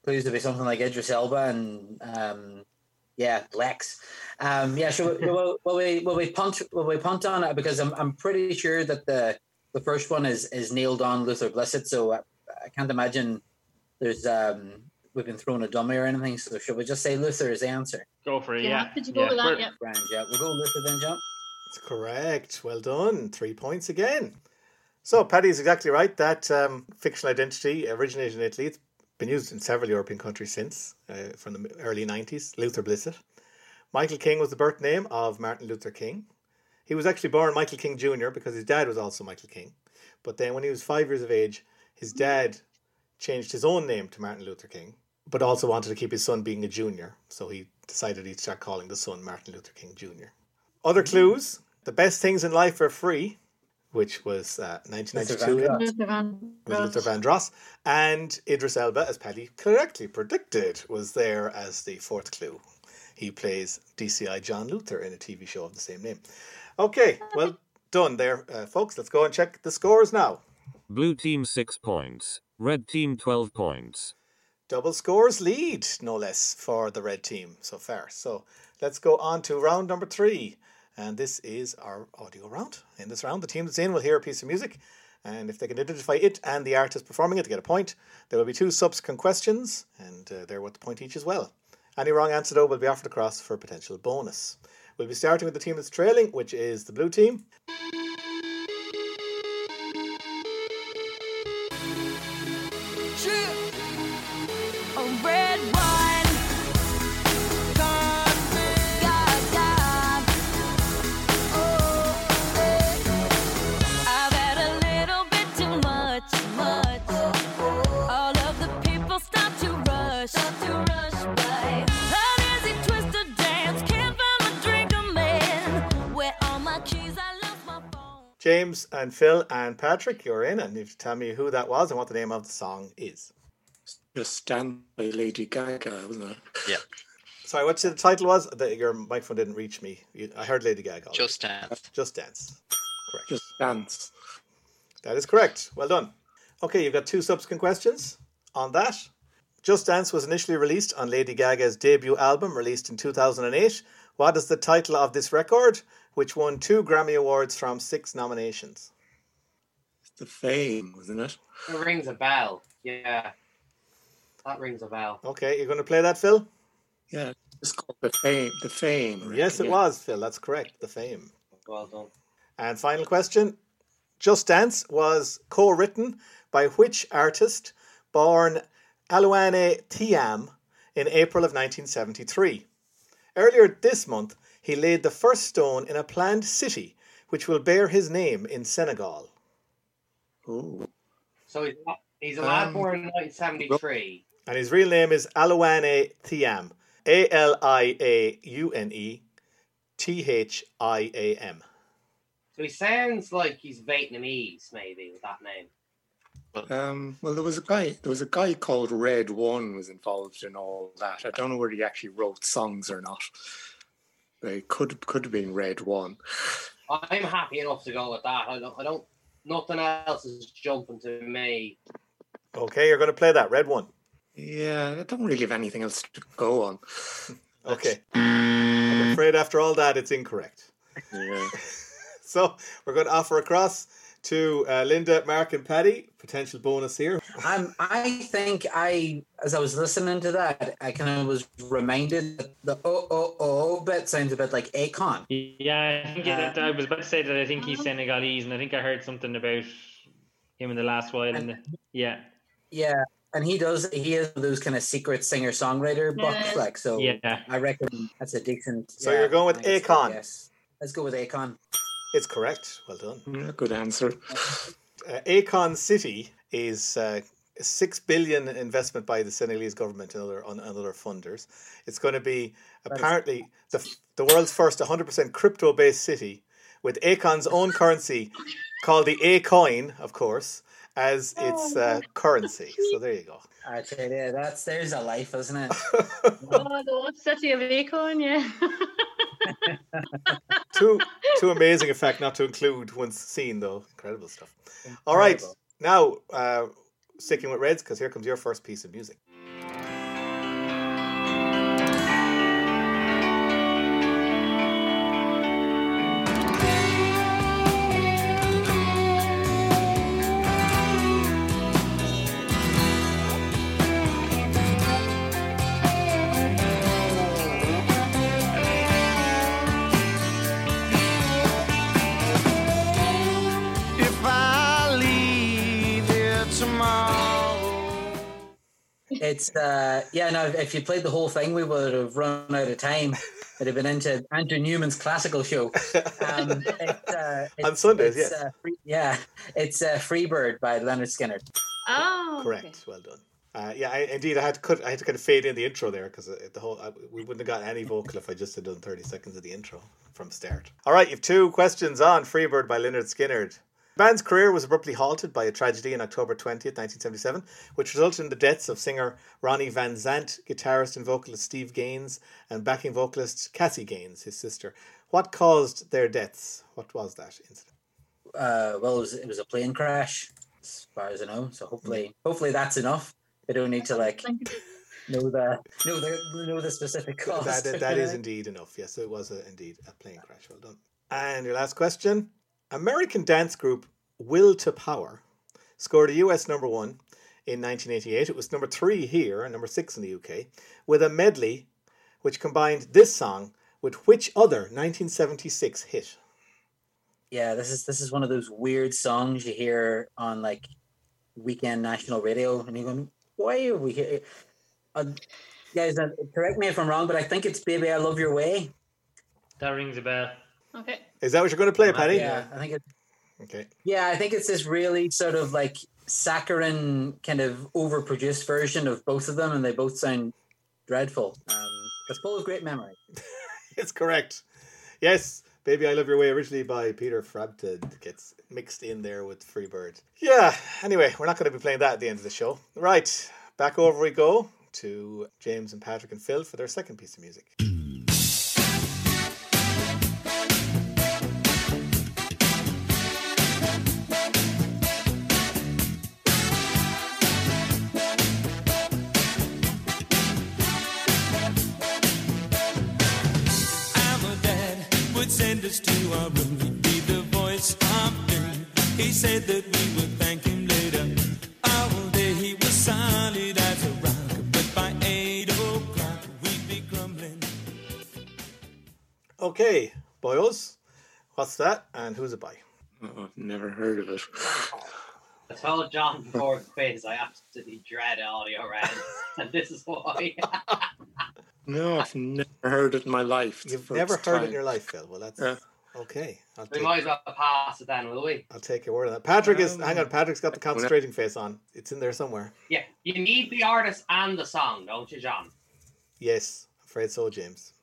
[SPEAKER 7] clues to be something like Idris Elba and um, yeah, Lex. Um, yeah, sure. well, well, we well we punt well we punt on it because I'm I'm pretty sure that the the first one is is nailed on Luther Blissett. So I, I can't imagine there's um we've been thrown a dummy or anything. So should we just say Luther is the answer?
[SPEAKER 6] Go for it.
[SPEAKER 5] Yeah,
[SPEAKER 6] Yeah.
[SPEAKER 5] could you go
[SPEAKER 6] yeah.
[SPEAKER 5] with that?
[SPEAKER 6] We're-
[SPEAKER 5] Yeah.
[SPEAKER 7] Grand, yeah, we'll go Luther then, John.
[SPEAKER 1] That's correct. Well done. Three points again. So Paddy's exactly right. That um, fictional identity originated in Italy. It's been used in several European countries since, uh, from the early 90s. Luther Blissett. Michael King was the birth name of Martin Luther King. He was actually born Michael King Jr. because his dad was also Michael King. But then when he was five years of age, his dad changed his own name to Martin Luther King, but also wanted to keep his son being a junior. So he decided he'd start calling the son Martin Luther King Jr. Other clues the best things in life are free, which was uh, 1992
[SPEAKER 7] Luther
[SPEAKER 1] hit
[SPEAKER 7] Vandross.
[SPEAKER 5] Luther Van
[SPEAKER 1] with Luther
[SPEAKER 5] Ross.
[SPEAKER 1] Vandross. And Idris Elba, as Paddy correctly predicted, was there as the fourth clue. He plays DCI John Luther in a TV show of the same name. Okay, well done there, uh, folks. Let's go and check the scores now.
[SPEAKER 8] Blue team 6 points, red team 12 points.
[SPEAKER 1] Double scores lead, no less, for the red team so far. So let's go on to round number three. And this is our audio round. In this round, the team that's in will hear a piece of music, and if they can identify it and the artist performing it, they get a point. There will be two subsequent questions, and uh, they're worth a point each as well. Any wrong answer, though, will be offered across for a potential bonus. We'll be starting with the team that's trailing, which is the blue team.
[SPEAKER 5] Oh,
[SPEAKER 1] James and Phil and Patrick, you're in, and you have to tell me who that was and what the name of the song is.
[SPEAKER 4] Just Stand by Lady Gaga, wasn't it?
[SPEAKER 3] Yeah.
[SPEAKER 1] Sorry, what you said the title was? That your microphone didn't reach me. You- I heard Lady Gaga.
[SPEAKER 3] Just Dance.
[SPEAKER 1] Just Dance. Correct.
[SPEAKER 4] Just Dance.
[SPEAKER 1] That is correct. Well done. Okay, you've got two subsequent questions on that. Just Dance was initially released on Lady Gaga's debut album, released in 2008. What is the title of this record, which won two Grammy Awards from six nominations?
[SPEAKER 4] The Fame, wasn't it?
[SPEAKER 2] It rings a bell. Yeah. That rings a bell.
[SPEAKER 1] Okay, you're going to play that, Phil?
[SPEAKER 4] Yeah. It's called The Fame. The Fame.
[SPEAKER 1] Yes, it
[SPEAKER 4] yeah.
[SPEAKER 1] was, Phil. That's correct. The fame.
[SPEAKER 2] Well done.
[SPEAKER 1] And final question Just Dance was co written by which artist born Aluane Tiam in April of 1973? Earlier this month, he laid the first stone in a planned city which will bear his name in Senegal.
[SPEAKER 4] Oh.
[SPEAKER 2] So he's, a- he's a lad
[SPEAKER 4] Um,
[SPEAKER 2] born in 1973.
[SPEAKER 1] And his real name is Aluane Thiam. A L I A U N E T H I A M.
[SPEAKER 2] So he sounds like he's Vietnamese, maybe, with that name.
[SPEAKER 4] Um, well, there was a guy. There was a guy called Red One was involved in all that. I don't know whether he actually wrote songs or not. They could could have been Red One.
[SPEAKER 2] I'm happy enough to go with that. I don't, I don't nothing else is jumping to me.
[SPEAKER 1] Okay, you're going to play that. Red one.
[SPEAKER 4] Yeah, I don't really have anything else to go on.
[SPEAKER 1] Okay. I'm afraid after all that, it's incorrect.
[SPEAKER 4] Yeah.
[SPEAKER 1] So we're going to offer across to uh, Linda, Mark, and Patty. Potential bonus here.
[SPEAKER 7] I'm, I think I, as I was listening to that, I kind of was reminded that the oh oh oh bit sounds a bit like Akon.
[SPEAKER 6] Yeah, I think
[SPEAKER 7] Uh,
[SPEAKER 6] that I was about to say that I think
[SPEAKER 5] Uh-huh.
[SPEAKER 6] he's Senegalese, and I think I heard something about him in the last while. And yeah,
[SPEAKER 7] Yeah, and he does. He is those kind of secret singer songwriter bucks. Like so,
[SPEAKER 6] yeah,
[SPEAKER 7] I reckon that's a decent.
[SPEAKER 1] So you're going with Akon.
[SPEAKER 7] Yes, let's go with Akon.
[SPEAKER 1] It's correct. Well done.
[SPEAKER 4] Yeah, good answer.
[SPEAKER 1] Uh, Akon City is uh, a six billion investment by the Senegalese government and other and other funders. It's going to be apparently the the world's first 100% crypto based city with Akon's own currency called the A coin, of course, as its uh, currency. So there you go.
[SPEAKER 7] I tell you, that's there's a life, isn't it?
[SPEAKER 5] Oh, the old city of Acorn, yeah.
[SPEAKER 1] Too too amazing, in fact, not to include once seen though. Incredible stuff. All right,
[SPEAKER 7] Incredible.
[SPEAKER 1] now uh, sticking with Reds because here comes your first piece of music.
[SPEAKER 7] It's uh yeah, no, if you played the whole thing, we would have run out of time. It'd have been into Andrew Newman's classical show. Um, it's, uh, it's,
[SPEAKER 1] On Sundays,
[SPEAKER 7] it's,
[SPEAKER 1] yes.
[SPEAKER 7] uh, free, yeah, it's uh, "Freebird" by Leonard Skinner.
[SPEAKER 5] oh, okay.
[SPEAKER 1] Correct. Well done. Uh, yeah, I, indeed. I had to cut. I had to kind of fade in the intro there because the whole I, we wouldn't have got any vocal if I just had done thirty seconds of the intro from start. All right, you've two questions on "Freebird" by Leonard Skinner. The band's career was abruptly halted by a tragedy on October twentieth, nineteen seventy-seven, which resulted in the deaths of singer Ronnie Van Zant, guitarist and vocalist Steve Gaines, and backing vocalist Cassie Gaines, his sister. What caused their deaths? What was that incident?
[SPEAKER 7] Uh, well, it was, it was a plane crash, as far as I know. So hopefully, hopefully that's enough. They don't need to like know the know the know the specific cost.
[SPEAKER 1] That, that- that is indeed enough. Yes, it was a, indeed a plane crash. Well done. And your last question American dance group Will to Power scored a US number one in 1988. It was number three here and number six in the UK with a medley which combined this song with which other 1976 hit?
[SPEAKER 7] Yeah, this is this is one of those weird songs you hear on like weekend national radio, and you're going, "Why are we here?" Uh, guys, uh, correct me if I'm wrong, but I think it's "Baby, I Love Your Way."
[SPEAKER 6] That rings a bell.
[SPEAKER 5] Okay.
[SPEAKER 1] Is that what you're going to play, Patty?
[SPEAKER 7] Yeah, I think it,
[SPEAKER 1] Okay.
[SPEAKER 7] yeah, I think it's this really sort of like saccharine, kind of overproduced version of both of them, and they both sound dreadful. Um, but full of great memory.
[SPEAKER 1] It's correct. Yes, Baby I Love Your Way, originally by Peter Frampton, gets mixed in there with Freebird. Yeah, anyway, we're not going to be playing that at the end of the show. Right, back over we go to James and Patrick and Phil for their second piece of music.
[SPEAKER 9] Our dad would send us to our room. He'd be the voice of doom. He said that we would thank him later. All day he was solid as a rock, but by eight o'clock we'd be grumbling.
[SPEAKER 1] Okay, boys, what's that and who's it by?
[SPEAKER 4] Oh, I've never heard of it.
[SPEAKER 2] I told John before the quiz I absolutely dread audio rounds, and this is why.
[SPEAKER 4] No, I've never heard it in my life. It's the
[SPEAKER 1] You've
[SPEAKER 4] first
[SPEAKER 1] never heard it in
[SPEAKER 4] time.
[SPEAKER 1] your life, Phil. Well, that's
[SPEAKER 4] Yeah.
[SPEAKER 1] okay. I'll
[SPEAKER 2] we
[SPEAKER 1] take,
[SPEAKER 2] might as well pass it then, will we?
[SPEAKER 1] I'll take your word on that. Patrick is, hang on,
[SPEAKER 4] Um,
[SPEAKER 1] Patrick's got the concentrating face on. It's in there somewhere.
[SPEAKER 2] Yeah, you need the artist and the song, don't you, John?
[SPEAKER 1] Yes, afraid so, James.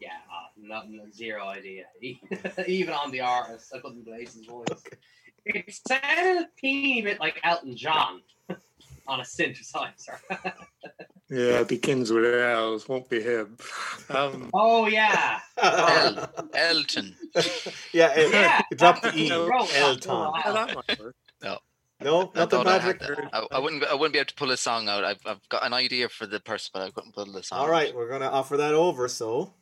[SPEAKER 2] Yeah, uh, no, no, zero idea. Even on the artist, I couldn't place his voice.
[SPEAKER 1] Okay.
[SPEAKER 2] It sounded a teeny bit like Elton John on a synthesizer.
[SPEAKER 4] Yeah, it begins with L's, won't be him. Um,
[SPEAKER 2] oh yeah,
[SPEAKER 3] El- Elton.
[SPEAKER 1] yeah, it,
[SPEAKER 2] yeah.
[SPEAKER 1] it dropped the
[SPEAKER 2] that's
[SPEAKER 1] E.
[SPEAKER 2] what wrote that.
[SPEAKER 1] Elton.
[SPEAKER 4] well, that might work.
[SPEAKER 1] No,
[SPEAKER 3] I
[SPEAKER 1] nothing,
[SPEAKER 3] thought I had
[SPEAKER 1] Patrick.
[SPEAKER 3] that. I, I wouldn't. I wouldn't be able to pull a song out. I've, I've got an idea for the person, but I couldn't pull the song.
[SPEAKER 1] All right, we're going to offer that over, so,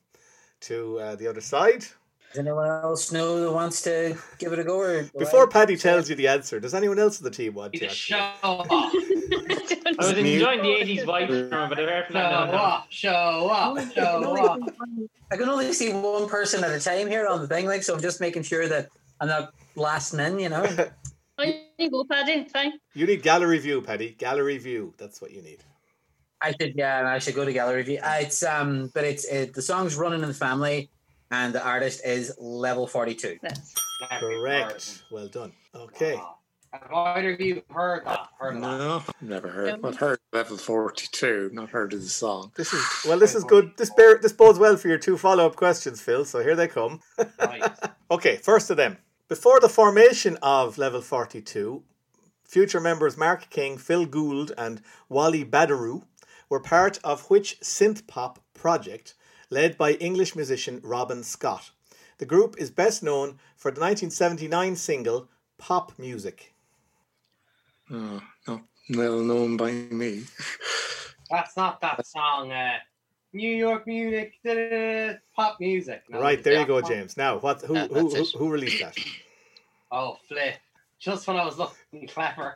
[SPEAKER 1] to uh, the other side.
[SPEAKER 7] Does anyone else know that wants to give it a go? Or do
[SPEAKER 1] Before
[SPEAKER 7] I-
[SPEAKER 1] Paddy tells you the answer, does anyone else on the team want
[SPEAKER 2] You
[SPEAKER 1] to?
[SPEAKER 2] just
[SPEAKER 1] actually?
[SPEAKER 2] show off.
[SPEAKER 6] I was
[SPEAKER 4] It's new.
[SPEAKER 6] enjoying the 80s vibe from it, but I've heard
[SPEAKER 2] Show
[SPEAKER 6] no, no.
[SPEAKER 2] off, show off, show off.
[SPEAKER 7] I can only see one person at a time here on the thing, like so. I'm just making sure that I'm not blasting in, you know.
[SPEAKER 5] On you go, Paddy. Fine.
[SPEAKER 1] You need gallery view, Paddy. Gallery view. That's what you need.
[SPEAKER 7] I should, yeah, I should go to gallery view. Uh, It's um, but it's it, the song's running in the family, and the artist is level forty-two.
[SPEAKER 5] That's
[SPEAKER 1] Correct. Well done. Okay.
[SPEAKER 2] Wow. Have either of you heard that? Heard of that?
[SPEAKER 4] No, never heard. I've heard level forty-two. Not heard of the song.
[SPEAKER 1] This is well. This is good. This bear, this bodes well for your two follow up questions, Phil. So here they come.
[SPEAKER 2] Right.
[SPEAKER 1] Okay, first of them. Before the formation of Level Forty Two, future members Mark King, Phil Gould, and Wally Badarou were part of which synth pop project led by English musician Robin Scott. The group is best known for the 1979 single "Pop Music."
[SPEAKER 4] Oh, no, well known by me.
[SPEAKER 2] That's not that song. Uh, New York music, da-da-da, pop music. No,
[SPEAKER 1] right there, you
[SPEAKER 2] that
[SPEAKER 1] go,
[SPEAKER 2] one.
[SPEAKER 1] James. Now, what? Who
[SPEAKER 3] Yeah,
[SPEAKER 1] who, who,
[SPEAKER 3] that's it.
[SPEAKER 1] who released that?
[SPEAKER 2] Oh, flip. Just when I was looking clever.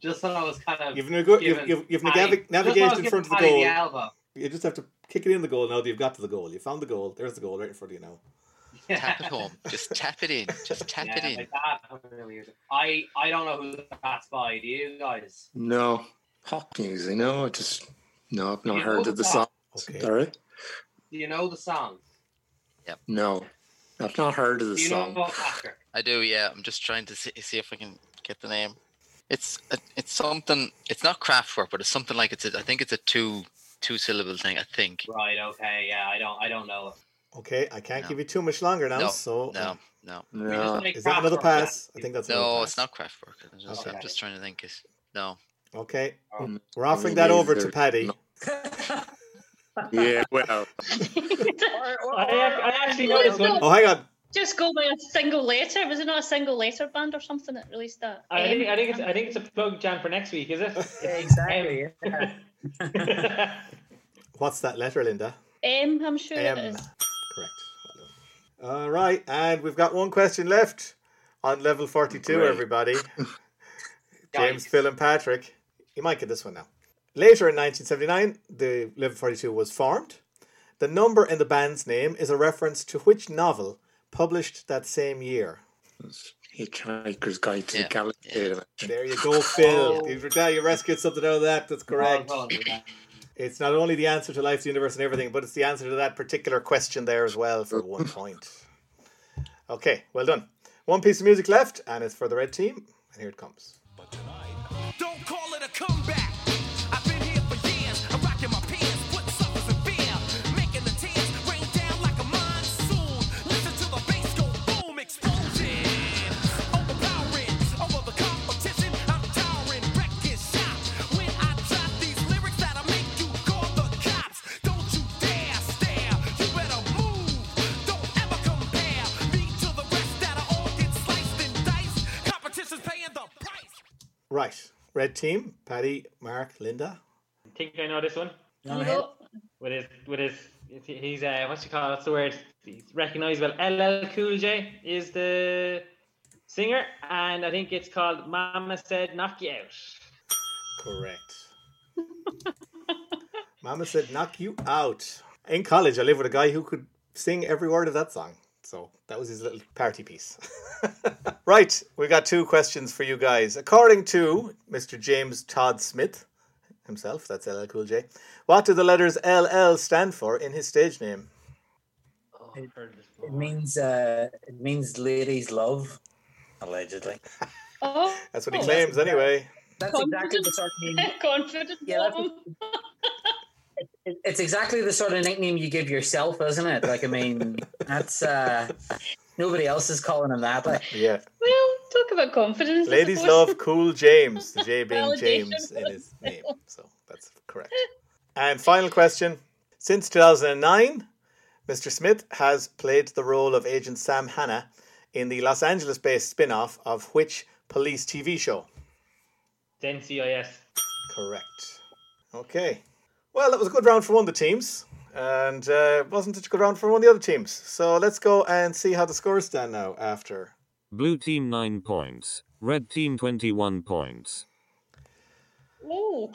[SPEAKER 2] Just when I was kind of.
[SPEAKER 1] you've nego-
[SPEAKER 2] given
[SPEAKER 1] you've, you've, you've
[SPEAKER 2] Paddy-
[SPEAKER 1] navi-
[SPEAKER 2] just when I was
[SPEAKER 1] navigated in
[SPEAKER 2] giving
[SPEAKER 1] front of the
[SPEAKER 2] Paddy
[SPEAKER 1] goal.
[SPEAKER 2] elbow.
[SPEAKER 1] You just have to kick it in the goal now that you've got to the goal. You found the goal. There's the goal right in front of you now.
[SPEAKER 3] Tap it home. Just tap it in. Just tap
[SPEAKER 2] Yeah,
[SPEAKER 3] it in.
[SPEAKER 2] like that. I, I don't know who that's by. Do you guys?
[SPEAKER 4] No, pop music. No, I just no. I've not
[SPEAKER 2] You
[SPEAKER 4] heard
[SPEAKER 2] know
[SPEAKER 4] of the song.
[SPEAKER 2] pop.
[SPEAKER 1] Okay.
[SPEAKER 4] Sorry.
[SPEAKER 2] Do you know the song?
[SPEAKER 4] No, I've not heard of the
[SPEAKER 2] Do you
[SPEAKER 4] song.
[SPEAKER 2] know Patrick?
[SPEAKER 3] I do. Yeah, I'm just trying to see, see if I can get the name. It's it's something. It's not Kraftwerk, but it's something like it's. A, I think it's a two two syllable thing. I think.
[SPEAKER 2] Right. Okay. Yeah. I don't. I don't know. it.
[SPEAKER 1] Okay, I can't
[SPEAKER 3] No.
[SPEAKER 1] give you too much longer now.
[SPEAKER 3] No,
[SPEAKER 1] so
[SPEAKER 3] No, no,
[SPEAKER 2] We just
[SPEAKER 4] No,
[SPEAKER 2] make
[SPEAKER 1] is that another
[SPEAKER 2] Kraftwerk
[SPEAKER 1] pass?
[SPEAKER 2] dance.
[SPEAKER 1] I think that's another
[SPEAKER 3] no.
[SPEAKER 1] pass.
[SPEAKER 3] It's not Kraftwerk. I'm just,
[SPEAKER 2] Okay.
[SPEAKER 3] I'm just trying to think. It's, no,
[SPEAKER 1] Okay,
[SPEAKER 2] Oh.
[SPEAKER 1] we're offering
[SPEAKER 4] Um, Maybe
[SPEAKER 1] that over to
[SPEAKER 4] there's
[SPEAKER 1] Paddy.
[SPEAKER 4] no- yeah, well,
[SPEAKER 6] I, ac- I actually know this one.
[SPEAKER 5] Oh,
[SPEAKER 1] Oh, hang on.
[SPEAKER 5] Just go by a single letter. Was it not a single letter band or something that released that?
[SPEAKER 6] I think I think it's I think it's a plug jam for next week, is it? exactly.
[SPEAKER 1] What's that letter, Linda?
[SPEAKER 5] M, I'm sure
[SPEAKER 1] M.
[SPEAKER 5] it is.
[SPEAKER 1] Correct. All right, and we've got one question left on level 42,
[SPEAKER 4] Great.
[SPEAKER 1] everybody. James, Phil, and Patrick. You might get this one now. Later in 1979, the level 42 was formed. The number in the band's name is a reference to which novel published that same year?
[SPEAKER 4] Hitchhiker's Guide to the Galaxy.
[SPEAKER 1] There you go, Phil. You now you rescued something out of that. That's correct. It's not only the answer to life, the universe, and everything, but it's the answer to that particular question there as well for one point. Okay, well done. One piece of music left, and it's for the red team. And here it comes.
[SPEAKER 9] Don't call it a comeback. I've been here for years. I'm rocking my pants, putting suckers in fear, making the tears rain down like a monsoon. Listen to the bass go boom, explosion. Overpowering, over the competition. I'm towering, wrecking shop. When I drop these lyrics that'll make you call the cops. Don't you dare stare. You better move. Don't ever compare me to the rest that are all get sliced and diced. Competition's paying the price.
[SPEAKER 1] Right, red team. Patty, Mark, Linda.
[SPEAKER 6] think I know this one.
[SPEAKER 1] Go on ahead.
[SPEAKER 6] With his with his he's uh what's you call what's the word? He's recognizable. LL Cool J is the singer, and I think it's called Mama Said Knock You Out.
[SPEAKER 1] Correct. Mama said, "Knock you out." In college, I lived with a guy who could sing every word of that song. So that was his little party piece. right, we got two questions for you guys. According to Mr. James Todd Smith himself, that's LL Cool J. What do the letters LL stand for in his stage name?
[SPEAKER 7] It, it means uh, it means ladies love, allegedly.
[SPEAKER 5] Oh,
[SPEAKER 1] That's what he
[SPEAKER 7] Oh, that's
[SPEAKER 1] claims, anyway.
[SPEAKER 7] That's exactly the sort of name.
[SPEAKER 5] Confident. Yeah,
[SPEAKER 7] it- It's exactly the sort of nickname you give yourself, isn't it? Like, I mean, that's uh, nobody else is calling him that. Like,
[SPEAKER 1] Yeah.
[SPEAKER 5] well, talk about confidence. I
[SPEAKER 1] Ladies
[SPEAKER 5] suppose.
[SPEAKER 1] love Cool James. The J being
[SPEAKER 5] Validation
[SPEAKER 1] James in
[SPEAKER 5] for
[SPEAKER 1] his name.
[SPEAKER 5] myself.
[SPEAKER 1] So that's correct. And final question. Since 2009, Mr. Smith has played the role of Agent Sam Hanna in the Los Angeles based spin off of which police TV show?
[SPEAKER 6] Then CIS.
[SPEAKER 1] Correct. Okay. Well, that was a good round for one of the teams, and uh, wasn't such a good round for one of the other teams. So let's go and see how the scores stand now after.
[SPEAKER 8] Blue team 9 points, red team 21 points.
[SPEAKER 5] Whoa.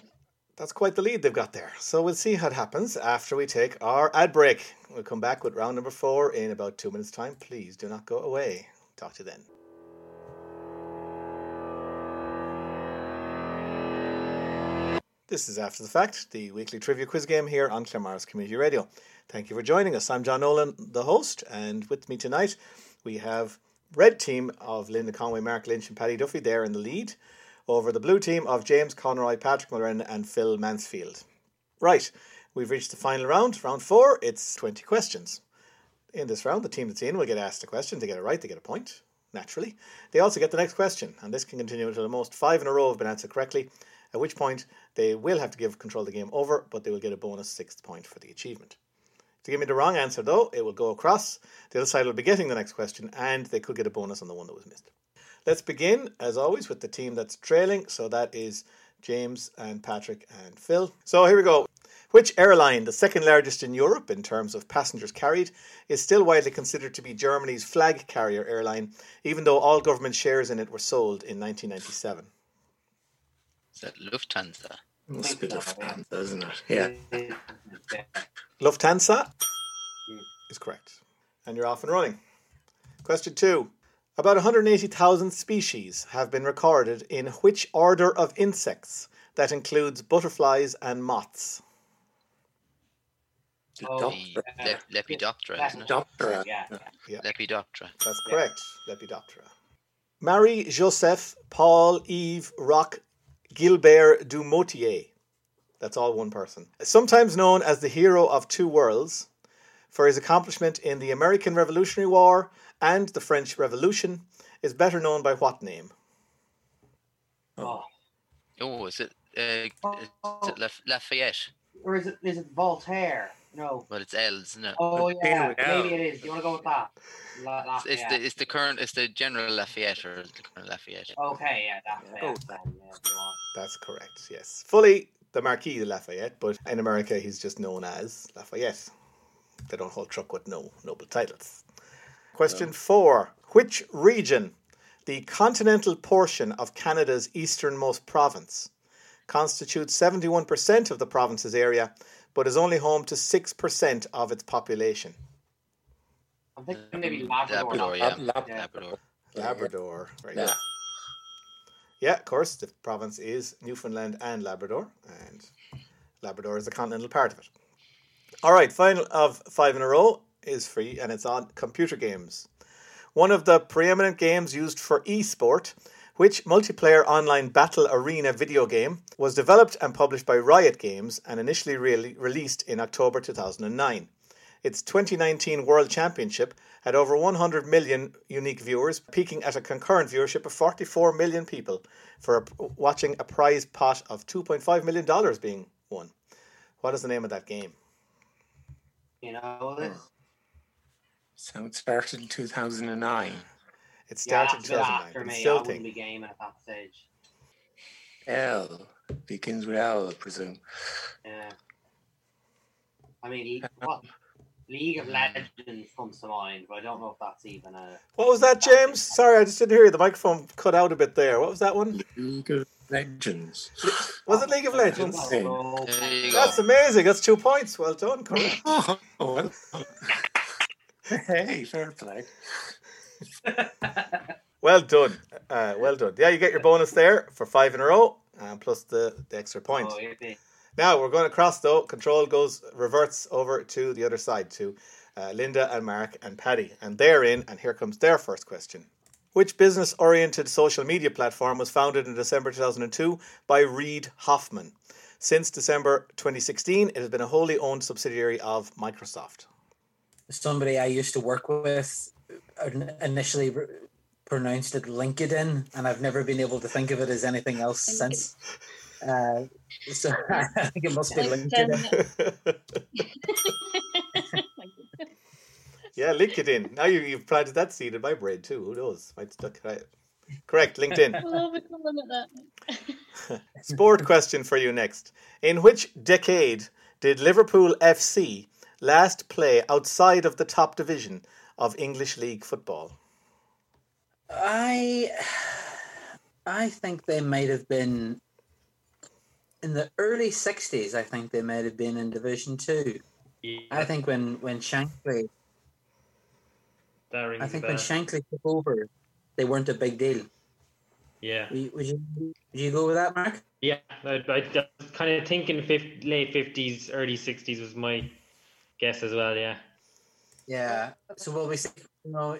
[SPEAKER 1] That's quite the lead they've got there. So we'll see how it happens after we take our ad break. We'll come back with round number four in about two minutes' time. Please do not go away. Talk to you then. This is After the Fact, the weekly trivia quiz game here on Claremorris Community Radio. Thank you for joining us. I'm John Nolan, the host, and with me tonight we have red team of Linda Conway, Mark Lynch, and Paddy Duffy there in the lead over the blue team of James Conroy, Patrick Mulren, and Phil Mansfield. Right, we've reached the final round, round four. It's 20 questions. In this round, the team that's in will get asked a question. They get it right, they get a point, naturally. They also get the next question, and this can continue until the most five in a row have been answered correctly, at which point they will have to give control of the game over, but they will get a bonus sixth point for the achievement. If they give me the wrong answer, though, it will go across. The other side will be getting the next question, and they could get a bonus on the one that was missed. Let's begin, as always, with the team that's trailing. So that is James and Patrick and Phil. So here we go. Which airline, the second largest in Europe in terms of passengers carried, is still widely considered to be Germany's flag carrier airline, even though all government shares in it were sold in 1997?
[SPEAKER 3] Is that Lufthansa?
[SPEAKER 4] Must be Lufthansa, isn't it?
[SPEAKER 2] Oh,
[SPEAKER 4] Yeah.
[SPEAKER 1] Lufthansa is correct. And you're off and running. Question two. About 180,000 species have been recorded in which order of insects? That includes butterflies and moths.
[SPEAKER 2] Oh,
[SPEAKER 3] The
[SPEAKER 2] uh,
[SPEAKER 3] lep- Lepidoptera, isn't it?
[SPEAKER 4] Lepidoptera.
[SPEAKER 2] Yeah.
[SPEAKER 1] Yeah.
[SPEAKER 3] Lepidoptera.
[SPEAKER 1] That's correct. Lepidoptera. Marie Joseph Paul Yves Roch Gilbert Dumotier. That's all one person. Sometimes known as the hero of two worlds for his accomplishment in the American Revolutionary War and the French Revolution, is better known by what name?
[SPEAKER 2] Oh,
[SPEAKER 3] Oh, is it, uh, is it Laf- Lafayette?
[SPEAKER 2] or is it is it Voltaire? No.
[SPEAKER 3] But it's L, isn't it?
[SPEAKER 2] Oh
[SPEAKER 3] But-
[SPEAKER 2] yeah, maybe it is. Do you want to go with that? La-
[SPEAKER 3] It's, it's
[SPEAKER 2] Lafayette.
[SPEAKER 3] the it's the current it's the General Lafayette or the Colonel Lafayette.
[SPEAKER 2] Okay, yeah, that's
[SPEAKER 3] Go
[SPEAKER 2] it.
[SPEAKER 3] with that.
[SPEAKER 1] That's correct, yes. Fully the Marquis de Lafayette, but in America he's just known as Lafayette. They don't hold truck with no noble titles. Question four Which region, the continental portion of Canada's easternmost province, constitutes 71% of the province's area, but is only home to 6% of its population?
[SPEAKER 2] I'm thinking maybe
[SPEAKER 3] Mm,
[SPEAKER 2] Labrador.
[SPEAKER 1] Labrador, yeah. Labrador. Labrador. Very good. Yeah, of course, the province is Newfoundland and Labrador, and Labrador is the continental part of it. All right, final of five in a row is free, and it's on computer games. One of the preeminent games used for esport, which multiplayer online battle arena video game was developed and published by Riot Games and initially re- released in October 2009. Its 2019 World Championship had over 100 million unique viewers, peaking at a concurrent viewership of 44 million people for a- watching a prize pot of $2.5 million being won. What is the name of that game?
[SPEAKER 2] You know this.
[SPEAKER 4] So it started in 2009.
[SPEAKER 1] It
[SPEAKER 2] Yeah, that's a bit after me. I wouldn't be gaming at that stage.
[SPEAKER 4] L begins with L, I presume.
[SPEAKER 2] Yeah. I mean, what League of Legends comes to mind, but I don't know if that's even a.
[SPEAKER 1] What was that, James? Sorry, I just didn't hear you. The microphone cut out a bit there. What was that one?
[SPEAKER 4] League of Legends.
[SPEAKER 1] Was it League of Legends?
[SPEAKER 3] There you go.
[SPEAKER 1] That's amazing. That's two points. Well done, Corey.
[SPEAKER 4] Oh, well. hey, fair play.
[SPEAKER 1] Well done. Uh, well done. Yeah, you get your bonus there for five in a row, and plus the, the extra point.
[SPEAKER 2] Oh, yippee.
[SPEAKER 1] Now we're going to cross though. Control goes reverts over to the other side to uh, Linda and Mark and Paddy, and they're in. And here comes their first question: Which business-oriented social media platform was founded in December 2002 by Reid Hoffman? Since December 2016, it has been a wholly owned subsidiary of Microsoft.
[SPEAKER 7] Somebody I used to work with initially re- pronounced it LinkedIn, and I've never been able to think of it as anything else since. Uh, so I think it must be
[SPEAKER 5] um,
[SPEAKER 7] LinkedIn.
[SPEAKER 1] Yeah, LinkedIn. Now you, you've planted that seed in my brain too. Who knows? Might stuck. Right. Correct, LinkedIn.
[SPEAKER 5] Well, we can limit that.
[SPEAKER 1] Sport question for you next. In which decade did Liverpool FC last play outside of the top division of English league football?
[SPEAKER 7] I I think they might have been in the early '60s. I think they might have been in Division Two. I think when when Shankly,
[SPEAKER 6] That rings
[SPEAKER 7] I think
[SPEAKER 6] a
[SPEAKER 7] when
[SPEAKER 6] bell.
[SPEAKER 7] Shankly took over, they weren't a big deal.
[SPEAKER 6] Yeah.
[SPEAKER 7] Would you, would you, would you go with that, Mark?
[SPEAKER 6] Yeah, I, I, kind of thinking fif- late fifties, early sixties was my guess as well. Yeah,
[SPEAKER 7] Yeah. So what we say, you know,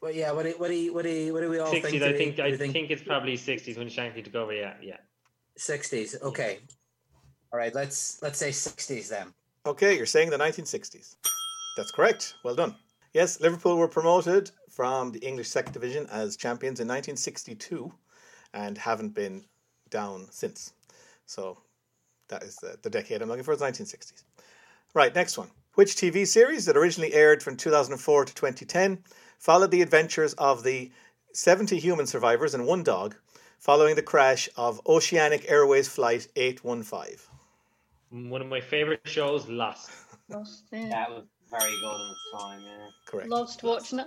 [SPEAKER 7] well, yeah. What do what do what do what do we all
[SPEAKER 6] sixties.
[SPEAKER 7] think?
[SPEAKER 6] I
[SPEAKER 7] do we-
[SPEAKER 6] think
[SPEAKER 7] do
[SPEAKER 6] I
[SPEAKER 7] we
[SPEAKER 6] think, it's probably sixties when Shankly took over. Yeah, yeah.
[SPEAKER 7] sixties. Okay. All right. Let's let's say sixties then.
[SPEAKER 1] Okay, you're saying the 1960s. That's correct. Well done. Yes, Liverpool were promoted from the English second division as champions in 1962 and haven't been down since. So that is the, the decade I'm looking for is 1960s. Right, next one. Which TV series that originally aired from 2004 to 2010 followed the adventures of the 70 human survivors and one dog following the crash of Oceanic Airways Flight 815?
[SPEAKER 6] One of my favorite shows, Lost.
[SPEAKER 5] Lost, yeah.
[SPEAKER 2] That was very good in its time. Yeah.
[SPEAKER 1] Correct.
[SPEAKER 5] Lost watching it.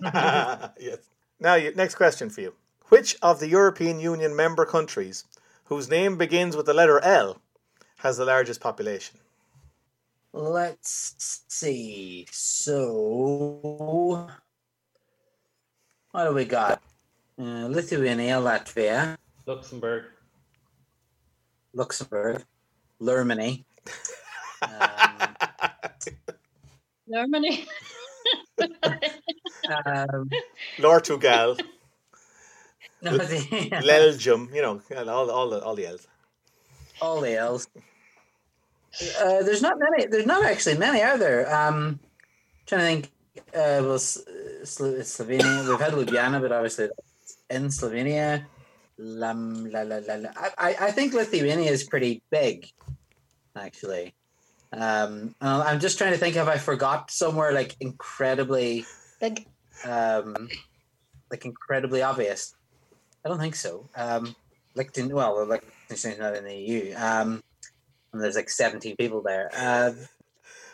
[SPEAKER 1] yes. Now, you, next question for you. Which of the European Union member countries whose name begins with the letter L has the largest population?
[SPEAKER 7] Let's see. So, what do we got? Uh, Lithuania, Latvia,
[SPEAKER 6] Luxembourg.
[SPEAKER 7] Luxembourg, Um, Germany.
[SPEAKER 5] Germany.
[SPEAKER 7] Um,
[SPEAKER 1] Lortugal,
[SPEAKER 7] no, the-
[SPEAKER 1] Lelgium, you know, all, all, the, all the L's.
[SPEAKER 7] all the L's. Uh, there's not many. There's not actually many, are there? Um, trying to think. Uh, well, S- Slo- Slovenia. We've had Ljubljana, but obviously that's in Slovenia. Lam, la, la, la, la. I, I- I think Lithuania is pretty big. actually. Um, uh, I'm just trying to think if I forgot somewhere like incredibly
[SPEAKER 5] big,
[SPEAKER 7] um, like incredibly obvious. I don't think so. Um, Lichten, well, Liechtenstein's not in the EU. Um, and there's like 17 people there. Uh,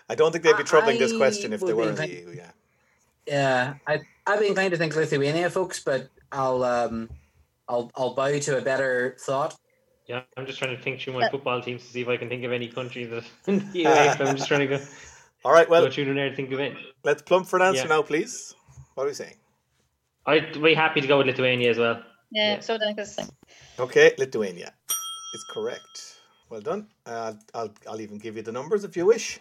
[SPEAKER 1] I don't think they'd be troubling this
[SPEAKER 7] I
[SPEAKER 1] question if
[SPEAKER 7] would
[SPEAKER 1] they
[SPEAKER 7] be
[SPEAKER 1] were in the
[SPEAKER 7] inclined-
[SPEAKER 1] EU. Yeah.
[SPEAKER 7] yeah, I I've been inclined to think Lithuania, folks, but I'll um, I'll I'll bow to a better thought.
[SPEAKER 6] Yeah, I'm just trying to think through my football teams to see if I can think of any country that in the UEFA. I'm just trying to go.
[SPEAKER 1] All right, well,
[SPEAKER 6] go through there and think of it.
[SPEAKER 1] Let's plumb for an answer
[SPEAKER 6] Yeah.
[SPEAKER 1] now, please. What are we saying?
[SPEAKER 6] I'd be happy to go with Lithuania as well.
[SPEAKER 5] Yeah, so did I this thing.
[SPEAKER 1] Okay, Lithuania. It's correct. Well done. Uh, I'll, I'll even give you the numbers if you wish.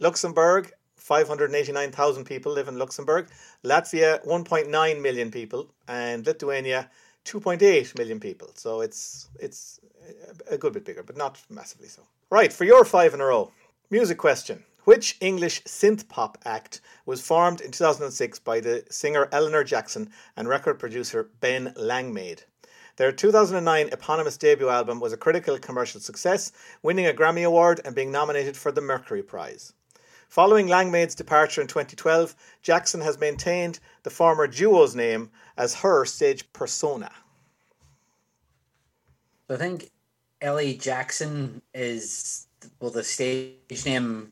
[SPEAKER 1] Luxembourg, 589,000 people live in Luxembourg. Latvia, 1.9 million people. And Lithuania, 2.8 million people. So it's, it's a good bit bigger, but not massively so. Right, for your five in a row. Music question. Which English synth pop act was formed in 2006 by the singer Eleanor Jackson and record producer Ben Langmaid? Their 2009 eponymous debut album was a critical commercial success, winning a Grammy Award and being nominated for the Mercury Prize. Following Langmaid's departure in 2012, Jackson has maintained the former duo's name as her stage persona.
[SPEAKER 7] So I think Ellie Jackson is well the stage name.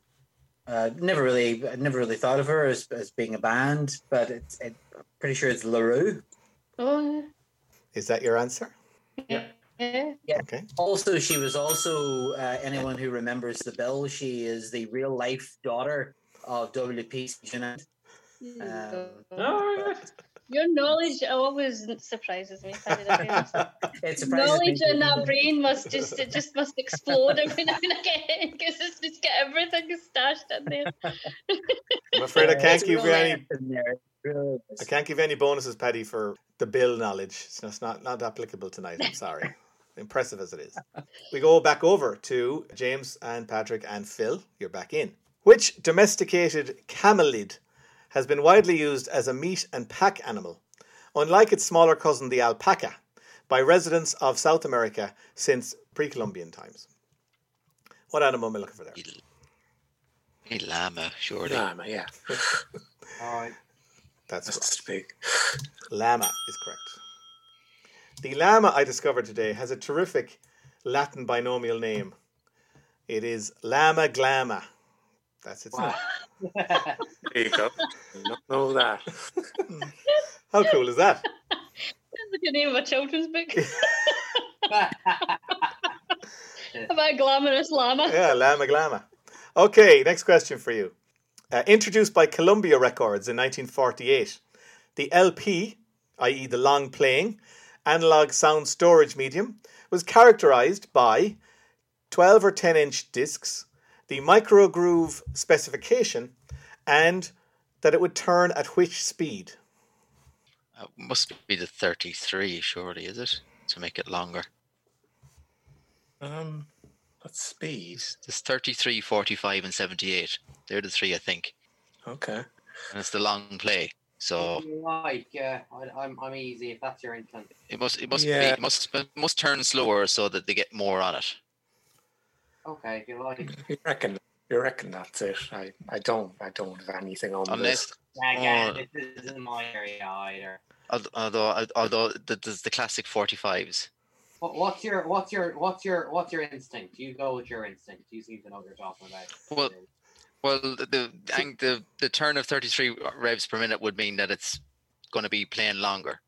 [SPEAKER 7] Uh, never really, I never really thought of her as, as being a band, but it's, it, I'm pretty sure it's Larue.
[SPEAKER 5] Oh,
[SPEAKER 1] Is that your answer?
[SPEAKER 5] yeah.
[SPEAKER 7] Yeah.
[SPEAKER 1] Okay.
[SPEAKER 7] Also, she was also uh, anyone who remembers the bill. She is the real life daughter of E WP Junand. Um,
[SPEAKER 5] Your knowledge always surprises me. Paddy, that really is.
[SPEAKER 7] it surprises me.
[SPEAKER 5] knowledge in that brain must just it just must explode every now and again because it's just got everything stashed in there.
[SPEAKER 1] I'm afraid I
[SPEAKER 7] Uh,
[SPEAKER 1] can't
[SPEAKER 7] it's a
[SPEAKER 1] give you
[SPEAKER 7] real
[SPEAKER 1] any.
[SPEAKER 7] laugh in there. It really is.
[SPEAKER 1] I can't give any bonuses, Paddy, for the bill knowledge. It's just not, not applicable tonight. I'm sorry. Impressive as it is. We go back over to James and Patrick and Phil. You're back in. Which domesticated camelid has been widely used as a meat and pack animal, unlike its smaller cousin, the alpaca, by residents of South America since pre Columbian times? What animal am I looking for there?
[SPEAKER 3] A llama, surely.
[SPEAKER 4] Llama, Ah, yeah.
[SPEAKER 2] All right.
[SPEAKER 1] That's right.
[SPEAKER 4] That's big.
[SPEAKER 1] Llama is correct. The llama I discovered today has a terrific Latin binomial name. It is Llama Glama. That's its name.
[SPEAKER 4] There you go. Not know that.
[SPEAKER 1] How cool is that?
[SPEAKER 5] That's the name of a children's book. About glamorous llama.
[SPEAKER 1] Yeah, Llama Glama. Okay, next question for you. Uh, introduced by Columbia Records in 1948, the LP, i.e., e, the long playing, analog sound storage medium, was characterized by 12 or 10 inch discs, the micro groove specification, and that it would turn at which speed?
[SPEAKER 3] Uh, must be the 33, surely, is it? To make it longer.
[SPEAKER 4] Um, that's speed.
[SPEAKER 3] It's 33, 45, and 78. They're the three, I think.
[SPEAKER 4] Okay.
[SPEAKER 3] And it's the long play. So
[SPEAKER 2] Like, uh, I, I'm, I'm easy if that's your intent.
[SPEAKER 3] it must it must be
[SPEAKER 4] Yeah.
[SPEAKER 3] it must it must turn slower so that they get more on it.
[SPEAKER 2] Okay, if you like.
[SPEAKER 4] You reckon? You reckon that's it? I, I don't I don't have anything on
[SPEAKER 3] Unless
[SPEAKER 4] this.
[SPEAKER 2] Yeah, yeah,
[SPEAKER 3] Oh.
[SPEAKER 2] this isn't my area either.
[SPEAKER 3] al- although although the, the, the classic 45s.
[SPEAKER 2] What, what's your what's your what's your what's your instinct? You go with your instinct. You seem to know what you're talking about.
[SPEAKER 3] Well, Well, the the, the ang- the the turn of 33 revs per minute would mean that it's going to be playing longer.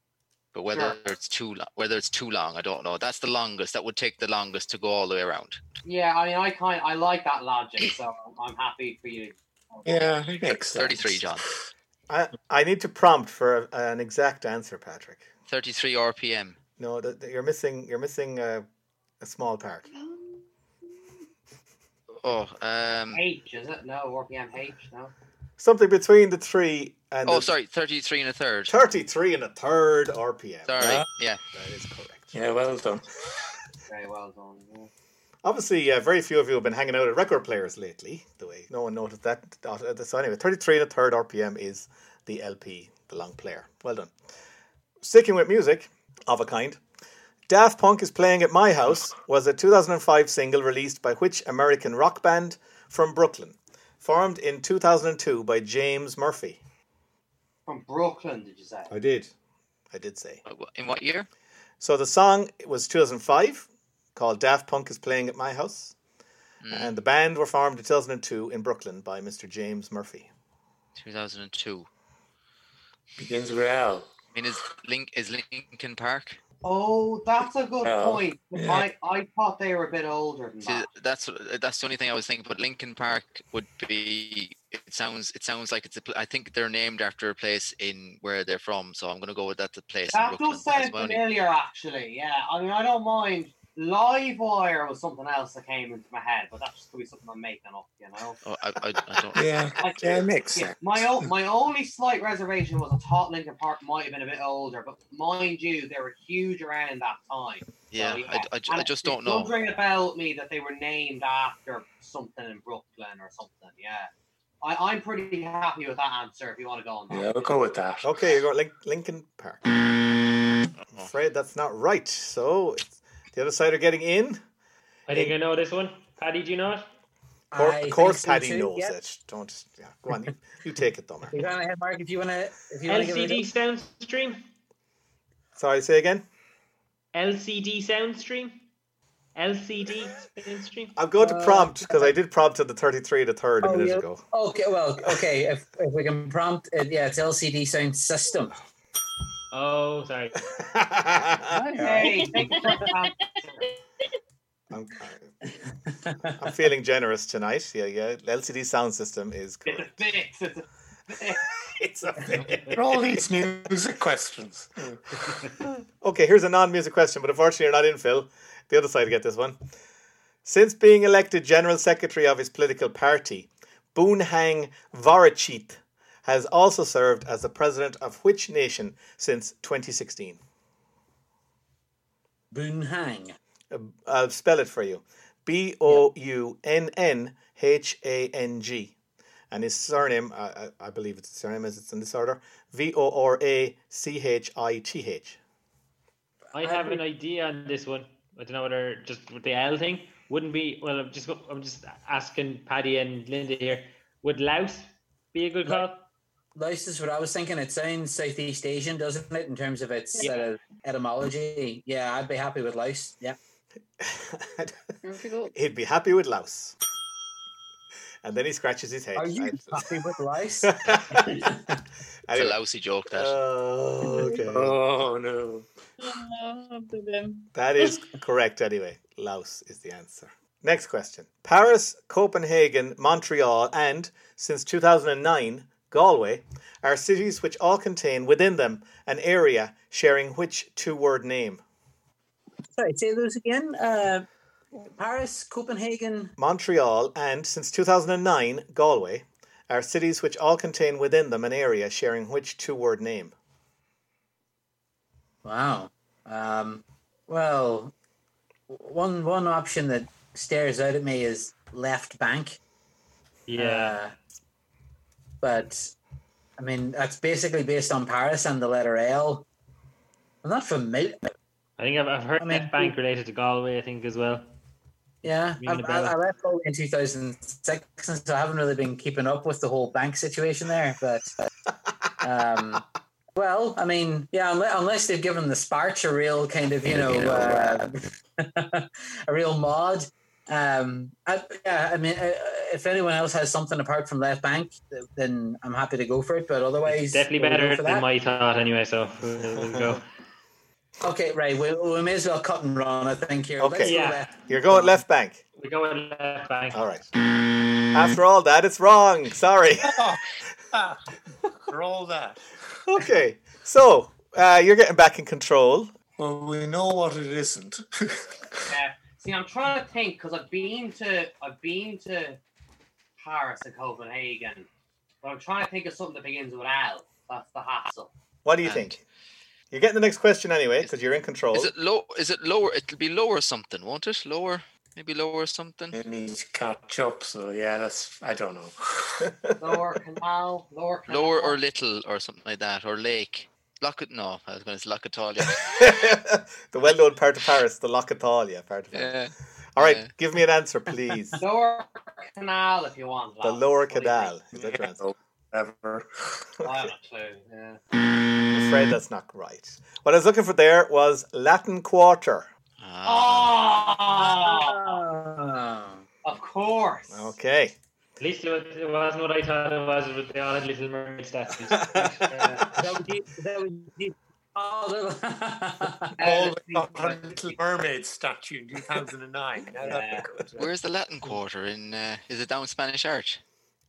[SPEAKER 3] But whether
[SPEAKER 2] Sure.
[SPEAKER 3] it's too long, whether it's too long, I don't know. That's the longest. That would take the longest to go all the way around.
[SPEAKER 2] yeah, I mean, I kind I like that logic, so I'm happy for you.
[SPEAKER 4] Yeah, it makes sense.
[SPEAKER 3] 33, John.
[SPEAKER 1] I, I need to prompt for a, an exact answer, Patrick.
[SPEAKER 3] 33 RPM.
[SPEAKER 1] No, th- th- you're missing, you're missing a, a small part.
[SPEAKER 3] Oh, um,
[SPEAKER 2] H is it? No, RPM H. No.
[SPEAKER 1] Something between the three and
[SPEAKER 3] oh,
[SPEAKER 1] the
[SPEAKER 3] sorry, 33 and a third.
[SPEAKER 1] 33 and a third RPM.
[SPEAKER 3] Sorry, yeah.
[SPEAKER 1] That is correct.
[SPEAKER 4] Yeah, well done.
[SPEAKER 2] Very well done. yeah.
[SPEAKER 1] Obviously, uh, very few of you have been hanging out at record players lately. The way no one noticed that. Uh, So anyway, 33 and a third RPM is the LP, the long player. Well done. Sticking with music of a kind, Daft Punk is Playing at My House was a 2005 single released by which American rock band from Brooklyn, formed in 2002 by James Murphy.
[SPEAKER 2] From Brooklyn, did you say?
[SPEAKER 1] I did. I did say.
[SPEAKER 3] In what year?
[SPEAKER 1] So the song was 2005, called Daft Punk is Playing at My House. And the band were formed in 2002 in Brooklyn by Mr. James Murphy.
[SPEAKER 3] 2002.
[SPEAKER 4] Begins with L.
[SPEAKER 3] I mean, is, Link, is Lincoln Park?
[SPEAKER 2] Oh, that's a good
[SPEAKER 3] Oh,
[SPEAKER 2] point.
[SPEAKER 3] yeah.
[SPEAKER 2] I, I thought they were a bit older than
[SPEAKER 3] See,
[SPEAKER 2] that.
[SPEAKER 3] that's what- that's the only thing I was thinking. But Lincoln Park would be. It sounds it sounds like it's a. pl- I think they're named after a place in where they're from. So I'm going to go with that. The place. in
[SPEAKER 2] That
[SPEAKER 3] Brooklyn.
[SPEAKER 2] does
[SPEAKER 3] That's
[SPEAKER 2] sound
[SPEAKER 3] my only-
[SPEAKER 2] familiar, actually. Yeah, I mean, I don't mind. Live wire was something else that came into my head, but that's just gonna be something I'm making up, you know.
[SPEAKER 3] Oh, I, I, I don't.
[SPEAKER 4] Yeah,
[SPEAKER 2] Like,
[SPEAKER 4] yeah, it makes
[SPEAKER 2] yeah,
[SPEAKER 4] sense.
[SPEAKER 2] my o- my only slight reservation was I thought Lincoln Park might have been a bit older, but mind you, they were huge around that time. So,
[SPEAKER 3] Yeah, I- I ju-
[SPEAKER 2] And
[SPEAKER 3] I
[SPEAKER 2] it-
[SPEAKER 3] just
[SPEAKER 2] it
[SPEAKER 3] don't know.
[SPEAKER 2] does ring a bell with me that they were named after something in Brooklyn or something. Yeah, I, I'm pretty happy with that answer. If you want to go on that,
[SPEAKER 4] Yeah, we'll go with that.
[SPEAKER 1] Okay, you got Link- Lincoln Park. I'm afraid that's not right. So it's- the other side are getting in.
[SPEAKER 6] I think I know this one. Paddy, do you know it?
[SPEAKER 1] Cor-
[SPEAKER 7] I
[SPEAKER 1] of course,
[SPEAKER 7] think so
[SPEAKER 1] Paddy
[SPEAKER 7] too,
[SPEAKER 1] knows
[SPEAKER 7] yeah.
[SPEAKER 1] it. Don't just, yeah, go on. You, you take it, Dumber.
[SPEAKER 7] You go on ahead, Mark. If you want to, if you want to give
[SPEAKER 6] LCD
[SPEAKER 7] it
[SPEAKER 6] Soundstream.
[SPEAKER 1] Sorry, say again.
[SPEAKER 6] LCD Soundstream. LCD Soundstream.
[SPEAKER 1] I'm going to
[SPEAKER 7] Uh,
[SPEAKER 1] prompt because I did prompt at the 33 to 3rd a
[SPEAKER 7] Oh,
[SPEAKER 1] minute
[SPEAKER 7] yeah.
[SPEAKER 1] ago.
[SPEAKER 7] a- okay, well, okay. If, if we can prompt, it, yeah, it's LCD sound system.
[SPEAKER 6] Oh, sorry.
[SPEAKER 2] Hey, thank you for that answer.
[SPEAKER 1] I'm, I'm feeling generous tonight. Yeah, yeah. LCD sound system is
[SPEAKER 2] It's a
[SPEAKER 1] good.
[SPEAKER 2] fix. It's a fix.
[SPEAKER 1] it's a
[SPEAKER 4] For all these music questions.
[SPEAKER 1] Okay, here's a non-music question, but unfortunately you're not in, Phil. The other side get this one. Since being elected general secretary of his political party, Boonhang Vorachit has also served as the president of which nation since 2016?
[SPEAKER 7] Boon Hang.
[SPEAKER 1] Uh, I'll spell it for you. B O U N N H A N G. And his surname, I, I I believe it's his surname as it's in this order, V O R A C H I T H.
[SPEAKER 6] I have an idea on this one. I don't know whether just with the L thing wouldn't be. Well, I'm just I'm just asking Paddy and Linda here. Would Laos be a good call?
[SPEAKER 7] Laos is what I was thinking. It sounds Southeast Asian, doesn't it, in terms of its
[SPEAKER 6] Yeah.
[SPEAKER 7] uh, etymology? Yeah, I'd be happy with Laos. Yeah.
[SPEAKER 1] He'd be happy with Laos. And then he scratches his head.
[SPEAKER 7] Are you
[SPEAKER 1] And-
[SPEAKER 7] happy with Laos?
[SPEAKER 3] It's a
[SPEAKER 1] Anyway.
[SPEAKER 3] lousy joke. That.
[SPEAKER 1] Oh, okay.
[SPEAKER 4] Oh no.
[SPEAKER 5] Oh,
[SPEAKER 1] That is correct anyway. Laos is the answer. Next question. Paris, Copenhagen, Montreal, and since 2009, Galway are cities which all contain within them an area sharing which two word name?
[SPEAKER 7] Sorry, say those again. Uh, Paris, Copenhagen.
[SPEAKER 1] Montreal and since 2009, Galway are cities which all contain within them an area sharing which two word name?
[SPEAKER 7] Wow. Um, well, one one option that stares out at me is left bank. Uh, but I mean, that's basically based on Paris and the letter L. I'm not familiar.
[SPEAKER 6] I think I've, I've heard
[SPEAKER 7] I mean-
[SPEAKER 6] that bank related to Galway. I think as well.
[SPEAKER 7] Yeah, I,
[SPEAKER 6] Ringing
[SPEAKER 7] I,
[SPEAKER 6] a bell.
[SPEAKER 7] I left Galway in 2006, and so I haven't really been keeping up with the whole bank situation there. But, um, well, I mean, yeah, unless, unless they've given the Sparch a real kind of, you know, uh, a real mod. Um, I, yeah, I mean, uh, if anyone else has something apart from left bank, th- then I'm happy to go for it. But otherwise,
[SPEAKER 6] Definitely
[SPEAKER 7] we'll go
[SPEAKER 6] better
[SPEAKER 7] for
[SPEAKER 6] than
[SPEAKER 7] that.
[SPEAKER 6] my thought anyway. So we'll go.
[SPEAKER 7] Okay, right. We, we may as well cut and run. I think here.
[SPEAKER 1] Okay.
[SPEAKER 7] Let's go
[SPEAKER 6] Yeah.
[SPEAKER 7] left.
[SPEAKER 1] You're going left bank.
[SPEAKER 6] We go with left bank.
[SPEAKER 1] All right. After all that, it's wrong. Sorry.
[SPEAKER 4] For all that.
[SPEAKER 1] Okay. So uh, you're getting back in control.
[SPEAKER 4] Well, we know what it isn't.
[SPEAKER 2] Yeah. See, I'm trying to think because I've been to I've been to Paris and Copenhagen, but I'm trying to think of something that begins with L. That's the hassle.
[SPEAKER 1] What do you
[SPEAKER 3] And-
[SPEAKER 1] think? You're getting the next question anyway because you're in control.
[SPEAKER 3] Is it low? Is it lower? It'll be lower something, won't it? Lower, maybe lower something.
[SPEAKER 4] it needs to catch up. So yeah, that's I don't know.
[SPEAKER 2] Lower canal, lower canal.
[SPEAKER 3] Lower or little or something like that, or lake. Lock it. No, I was going to say Locatalia.
[SPEAKER 1] the well-known part of Paris, the Locatalia part of
[SPEAKER 3] yeah.
[SPEAKER 1] Paris. All right, give me an answer, please.
[SPEAKER 2] Lower canal, if you want.
[SPEAKER 1] the
[SPEAKER 2] lads.
[SPEAKER 1] Lower
[SPEAKER 2] What do you
[SPEAKER 1] Canal.
[SPEAKER 2] think?
[SPEAKER 1] Is that your answer?
[SPEAKER 4] Ever.
[SPEAKER 2] I have a clue. Yeah.
[SPEAKER 1] I'm afraid that's not right. What I was looking for there was Latin Quarter.
[SPEAKER 3] Ah.
[SPEAKER 2] Oh! Of course.
[SPEAKER 1] Okay.
[SPEAKER 6] At least it, was, it wasn't what I thought it was with the odd Little Mermaid uh, statue.
[SPEAKER 4] All the Little Mermaid statue in 2009. Yeah, that'd be good.
[SPEAKER 3] Where's the Latin Quarter? In uh, is it down Spanish Arch?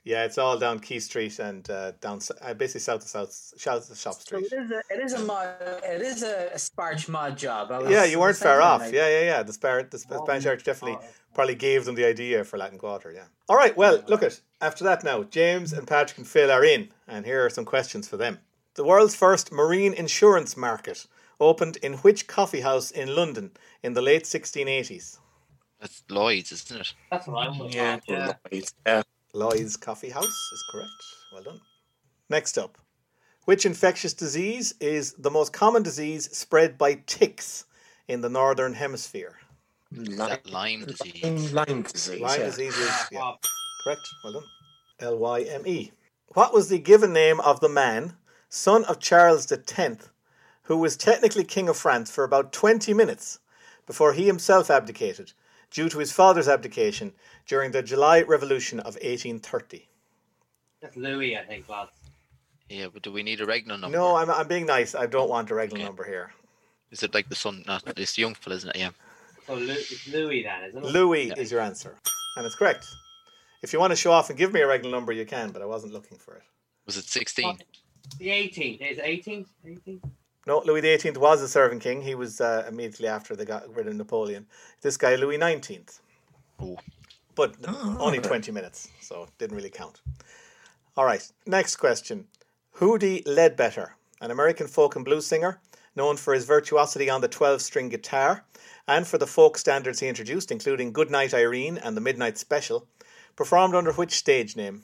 [SPEAKER 1] Yeah, it's all down Key Street and uh, down s- uh, basically south to south, south to Shop
[SPEAKER 7] So
[SPEAKER 1] Street.
[SPEAKER 7] it is a it is a mod, it is a sparge mod job. I was-
[SPEAKER 1] Yeah, you weren't far off.
[SPEAKER 7] like,
[SPEAKER 1] Yeah, yeah, yeah. The, Spar- the Sp- Spanish Arch definitely probably gave them the idea for Latin Quarter. Yeah. All right. Well, look at after that now. James and Patrick and Phil are in, and here are some questions for them. The world's first marine insurance market opened in which coffee house in London in the late 1680s?
[SPEAKER 3] That's Lloyd's, isn't it?
[SPEAKER 2] That's what I was
[SPEAKER 3] Yeah,
[SPEAKER 2] yeah.
[SPEAKER 4] Lloyd's, yeah.
[SPEAKER 1] Lloyd's Coffee House is correct. Well done. Next up, which infectious disease is the most common disease spread by ticks in the northern hemisphere?
[SPEAKER 3] that Lyme disease?
[SPEAKER 4] Lyme disease.
[SPEAKER 1] Lyme
[SPEAKER 4] yeah.
[SPEAKER 1] disease is yeah, correct. Well done. L Y M E. What was the given name of the man, son of Charles X, who was technically king of France for about twenty minutes before he himself abdicated, due to his father's abdication during the July Revolution of eighteen thirty?
[SPEAKER 2] That's Louis, I think, lads.
[SPEAKER 3] Yeah, but do we need a regular number?
[SPEAKER 1] No, I'm I'm being nice. I don't want a regular number here.
[SPEAKER 3] Is it like the son? Not it's the young fella, isn't it? Yeah.
[SPEAKER 2] So Lou, it's Louis then, isn't it?
[SPEAKER 1] Louis is your answer, and it's correct. If you want to show off and give me a regular number, you can, but I wasn't looking for it.
[SPEAKER 3] Was it sixteen?
[SPEAKER 2] The 18th. Is it 18th? 18th?
[SPEAKER 1] No, Louis XVIII was a serving king. He was uh, immediately after they got rid of Napoleon. This guy, Louis XIX.
[SPEAKER 3] Oh.
[SPEAKER 1] But
[SPEAKER 4] Oh,
[SPEAKER 1] only
[SPEAKER 4] okay.
[SPEAKER 1] 20 minutes, so it didn't really count. All right, next question. Hootie Ledbetter, an American folk and blues singer, known for his virtuosity on the 12 string guitar and for the folk standards he introduced, including Goodnight Irene and the Midnight Special, performed under which stage name?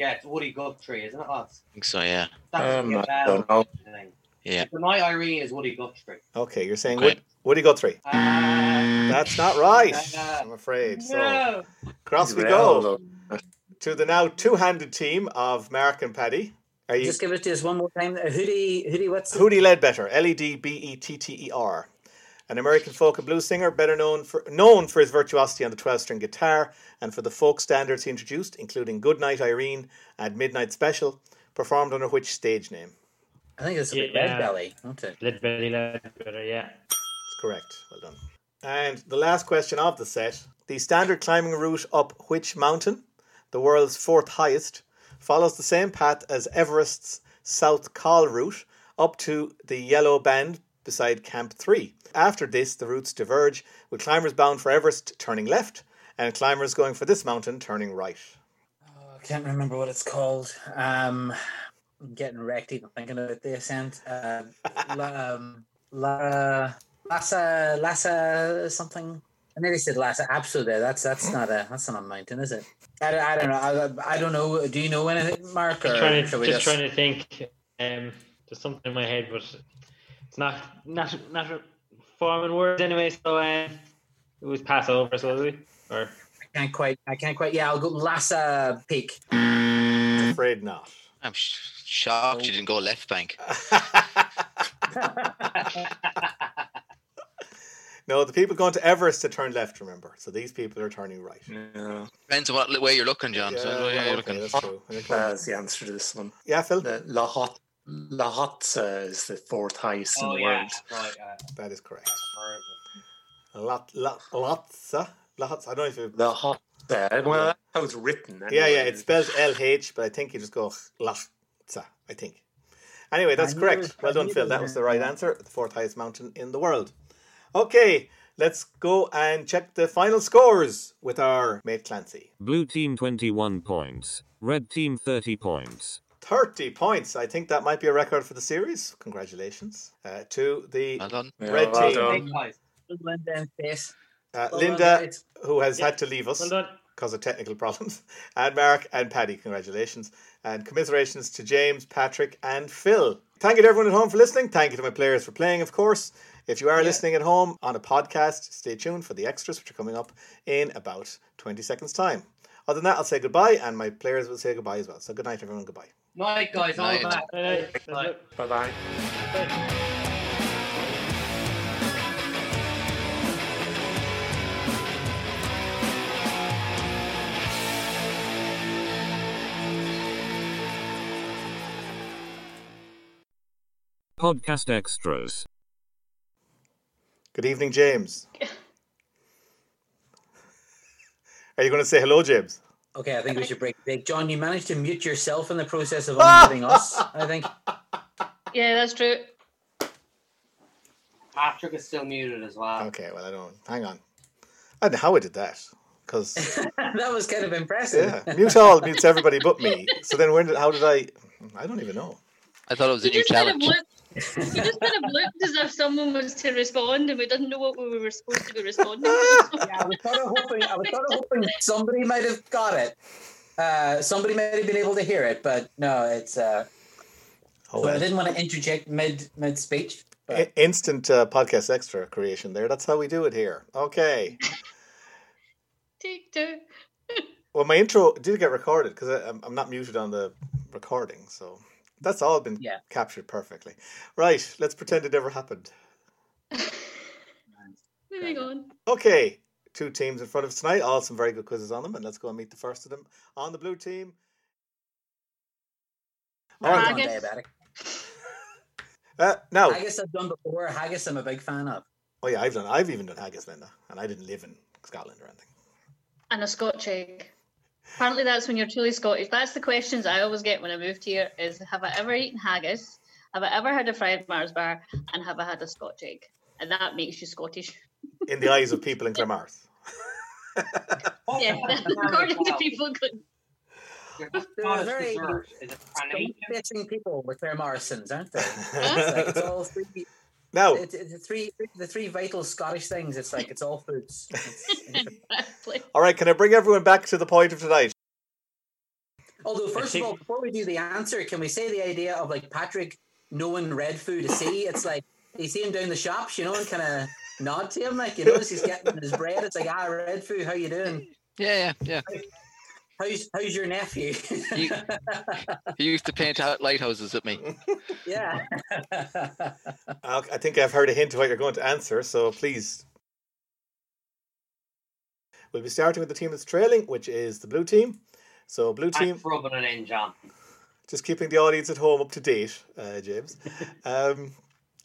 [SPEAKER 2] Yeah, it's Woody Guthrie, isn't it, lads?
[SPEAKER 3] I think so. Yeah.
[SPEAKER 2] That's
[SPEAKER 4] Um,
[SPEAKER 2] the
[SPEAKER 4] I
[SPEAKER 2] bell
[SPEAKER 4] don't know.
[SPEAKER 2] thing.
[SPEAKER 3] Yeah.
[SPEAKER 2] The night Irene is Woody Guthrie.
[SPEAKER 1] Okay, you're saying
[SPEAKER 3] Okay.
[SPEAKER 1] Wood- Woody Guthrie.
[SPEAKER 2] Uh,
[SPEAKER 1] That's not right,
[SPEAKER 2] Uh,
[SPEAKER 1] I'm afraid. So
[SPEAKER 2] no.
[SPEAKER 1] cross we
[SPEAKER 4] Well,
[SPEAKER 1] go.
[SPEAKER 4] look,
[SPEAKER 1] to the now two-handed team of Mark and Paddy. Are you
[SPEAKER 7] Just give it to us one more time. Hoodie, hoodie, what's
[SPEAKER 1] Hootie Ledbetter? L E D B E T T E R, an American folk and blues singer, better known for known for his virtuosity on the twelve-string guitar and for the folk standards he introduced, including "Goodnight Irene" and "Midnight Special," performed under which stage name?
[SPEAKER 7] I think it's a bit
[SPEAKER 6] Yeah.
[SPEAKER 7] red belly, isn't it?
[SPEAKER 6] Lead belly, lead belly, yeah.
[SPEAKER 1] It's correct. Well done. And the last question of the set: the standard climbing route up which mountain, the world's fourth highest, follows the same path as Everest's South Col route up to the yellow band beside Camp 3. After this, the routes diverge, with climbers bound for Everest turning left and climbers going for this mountain turning right.
[SPEAKER 7] Oh, I can't remember what it's called. Um, I'm getting wrecked even thinking about the ascent. Uh, la, um, Lara, Lassa, Lassa, something. I nearly said Lassa. Absolutely, that's that's not a that's not a mountain, is it? I, don't- I don't know. I, I don't know. Do you know anything, Mark? Or
[SPEAKER 6] Just trying to,
[SPEAKER 7] shall we
[SPEAKER 6] just trying to think. Um, there's something in my head, but it's not not not forming words anyway. So um, it was pass over, so was we? Or
[SPEAKER 7] I can't quite. I can't quite. Yeah, I'll go Lassa Peak.
[SPEAKER 1] I'm afraid not.
[SPEAKER 3] I'm sh- shocked you didn't go left bank.
[SPEAKER 1] No, the people going to Everest to turn left, remember. So these people are turning right.
[SPEAKER 4] yeah,
[SPEAKER 3] Depends on what way you're looking, John. so what way
[SPEAKER 1] well,
[SPEAKER 3] you're
[SPEAKER 1] okay,
[SPEAKER 3] looking.
[SPEAKER 1] that's true. And then-
[SPEAKER 4] that's the answer to this one.
[SPEAKER 1] Yeah, Phil?
[SPEAKER 4] The Lahat, Lahatza uh, is the fourth highest in
[SPEAKER 2] Oh,
[SPEAKER 4] the
[SPEAKER 2] yeah.
[SPEAKER 4] world.
[SPEAKER 2] that's Right, uh,
[SPEAKER 1] That is correct.
[SPEAKER 2] sorry.
[SPEAKER 1] Lot, lot, lotsa, lots. I don't know if it.
[SPEAKER 4] Lahatza. uh, Well, that's how it's written.
[SPEAKER 1] Yeah, yeah.
[SPEAKER 4] anyway.
[SPEAKER 1] It's spelled L H, but I think you just go lotsa. I think. Anyway, that's
[SPEAKER 7] I knew it was-
[SPEAKER 1] correct.
[SPEAKER 7] I
[SPEAKER 1] Well done,
[SPEAKER 7] knew
[SPEAKER 1] Phil.
[SPEAKER 7] it
[SPEAKER 1] That
[SPEAKER 7] was-
[SPEAKER 1] was the right answer. The fourth highest mountain in the world. Okay, let's go and check the final scores with our mate Clancy.
[SPEAKER 8] Blue team 21 points, red team 30 points.
[SPEAKER 1] Thirty points. I think that might be a record for the series. Congratulations uh, to the
[SPEAKER 3] Well done.
[SPEAKER 4] Yeah,
[SPEAKER 1] red
[SPEAKER 4] well
[SPEAKER 1] team.
[SPEAKER 4] done.
[SPEAKER 2] Big guys.
[SPEAKER 7] Linda and Faith.
[SPEAKER 1] uh,
[SPEAKER 7] Well done,
[SPEAKER 1] Linda,
[SPEAKER 7] guys.
[SPEAKER 1] who has
[SPEAKER 6] Yeah.
[SPEAKER 1] had to leave us.
[SPEAKER 6] well done.
[SPEAKER 1] because of technical problems. And Mark and Paddy, congratulations. And commiserations to James, Patrick, and Phil. Thank you to everyone at home for listening. Thank you to my players for playing, of course. If you are listening at home on a podcast, stay tuned for the extras, which are coming up in about 20 seconds' time. Other than that, I'll say goodbye, and my players will say goodbye as well. So good night, everyone. Goodbye.
[SPEAKER 2] Night, guys. All
[SPEAKER 1] Night.
[SPEAKER 2] that.
[SPEAKER 6] Bye
[SPEAKER 4] bye.
[SPEAKER 8] Podcast extras.
[SPEAKER 1] Good evening, James. Are you going to say hello, James?
[SPEAKER 7] Okay, I think we should break. break. John, you managed to mute yourself in the process of unmuting us. I think.
[SPEAKER 5] Yeah, that's true.
[SPEAKER 2] Patrick is still muted as well.
[SPEAKER 1] Okay, well, I don't. Hang on. I don't know how I did that. Because,
[SPEAKER 7] that was kind of impressive.
[SPEAKER 1] yeah, mute all mutes everybody but me. So then, when did, how did I. I don't even know.
[SPEAKER 3] I thought it was a
[SPEAKER 1] new
[SPEAKER 5] Kind of looked, we just kind of looked as if someone was to respond, and we didn't know what we were supposed to Oh, be responding. to.
[SPEAKER 7] I was sort of hoping. I was sort of hoping somebody might have got it. Uh, somebody might have been able to hear it, but no, it's. Uh,
[SPEAKER 1] Oh,
[SPEAKER 7] so I
[SPEAKER 1] well.
[SPEAKER 7] didn't want to interject mid mid speech.
[SPEAKER 1] I- instant uh, podcast extra creation there. That's how we do it here. Okay.
[SPEAKER 5] Take two.
[SPEAKER 1] Well, my intro did get recorded because I'm, I'm not muted on the recording, so that's all been captured perfectly. Right. Let's pretend it never happened.
[SPEAKER 5] Moving on.
[SPEAKER 1] Okay. Two teams in front of us tonight. All some very good quizzes on them, and let's go and meet the first of them on the blue team. All right.
[SPEAKER 7] Haggis.
[SPEAKER 1] Uh, now,
[SPEAKER 7] Haggis I've done before. Haggis I'm a big fan of.
[SPEAKER 1] oh yeah, I've done. I've even done haggis, Linda, and I didn't live in Scotland or anything.
[SPEAKER 5] And a Scotch egg. Apparently, that's when you're truly Scottish. That's the questions I always get when I moved here: is Have I ever eaten haggis? Have I ever had a fried Mars bar? And have I had a Scotch egg? And that makes you Scottish.
[SPEAKER 1] In the eyes of people in Clamart.
[SPEAKER 2] Oh,
[SPEAKER 5] yeah, according to people.
[SPEAKER 7] They're very
[SPEAKER 2] dessert. Is it prana?
[SPEAKER 7] bitching people with their Morrisons, aren't they? It's like it's all three.
[SPEAKER 1] No.
[SPEAKER 7] It's, it's the three the three vital Scottish things. It's like it's all foods.
[SPEAKER 1] All right. Can I bring everyone back to the point of tonight?
[SPEAKER 7] Although, first of all, before we do the answer, can we say the idea of like Patrick knowing red food to see? It's like you see him down the shops, you know, and kind of nod to him, like you notice he's getting his bread. It's like, ah, red food, how you doing?
[SPEAKER 3] Yeah, yeah,
[SPEAKER 7] yeah. How's how's your nephew?
[SPEAKER 3] He used to paint out lighthouses at me.
[SPEAKER 7] yeah.
[SPEAKER 1] Uh, I think I've heard a hint of what you're going to answer, so please. We'll be starting with the team that's trailing, which is the blue team. So, blue team,
[SPEAKER 2] Thanks for rubbing it in, John.
[SPEAKER 1] just keeping the audience at home up to date, uh, James. Um,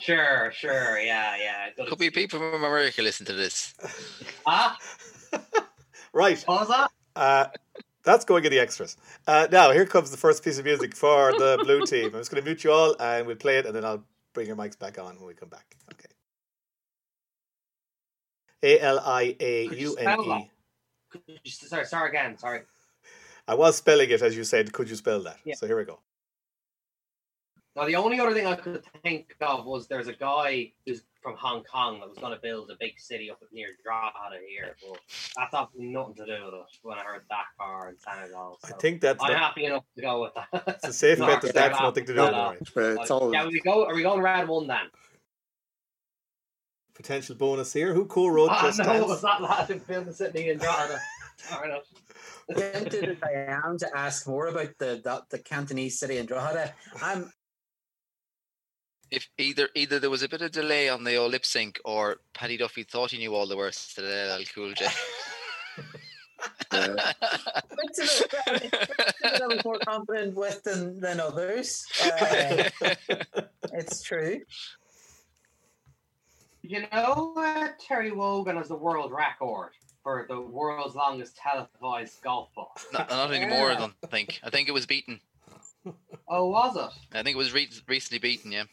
[SPEAKER 2] Sure, sure. Yeah, yeah. Good.
[SPEAKER 3] Could be people from America listen to this.
[SPEAKER 2] Huh?
[SPEAKER 1] right.
[SPEAKER 2] What was that?
[SPEAKER 1] Uh, that's going in the extras. Uh, now, here comes the first piece of music for the blue team. I'm just going to mute you all and we'll play it, and then I'll bring your mics back on when we come back. Okay. A L I A U N
[SPEAKER 2] Spell
[SPEAKER 1] E.
[SPEAKER 2] that. Sorry, sorry again. Sorry.
[SPEAKER 1] I was spelling it as you said. Could you spell that?
[SPEAKER 2] Yeah.
[SPEAKER 1] So here we go.
[SPEAKER 2] Now, the only other thing I could think of was there's a guy who's from Hong Kong that was going to build a big city up near Drogheda here, but that's got nothing to do with it when I heard that car and San Diego. So
[SPEAKER 1] I think that's
[SPEAKER 2] I'm
[SPEAKER 1] not-
[SPEAKER 2] happy enough to go with that. It's
[SPEAKER 1] a safe bet that that's nothing to do with it, right. But it's all-
[SPEAKER 2] Yeah, we go. Are we going round one then?
[SPEAKER 1] Potential bonus here. Who co-wrote
[SPEAKER 2] Ah,
[SPEAKER 1] Just
[SPEAKER 2] no,
[SPEAKER 1] Dance?
[SPEAKER 2] it was that lad in Film Sydney and Drogheda. Sorry enough.
[SPEAKER 7] Tempted as I am to ask more about the the, the Cantonese city in Drogheda, I'm
[SPEAKER 3] If either either there was a bit of delay on the old lip sync, or Paddy Duffy thought he knew all the words to the LL Cool J.
[SPEAKER 7] Bits of it, that I was more confident with than, than others. Uh, it's true.
[SPEAKER 2] You know, uh, Terry Wogan has the world record for the world's longest televised golf ball.
[SPEAKER 3] not, not anymore. I
[SPEAKER 2] Yeah.
[SPEAKER 3] don't think. I think it was beaten.
[SPEAKER 2] Oh, was it?
[SPEAKER 3] I think it was re- recently beaten. Yeah.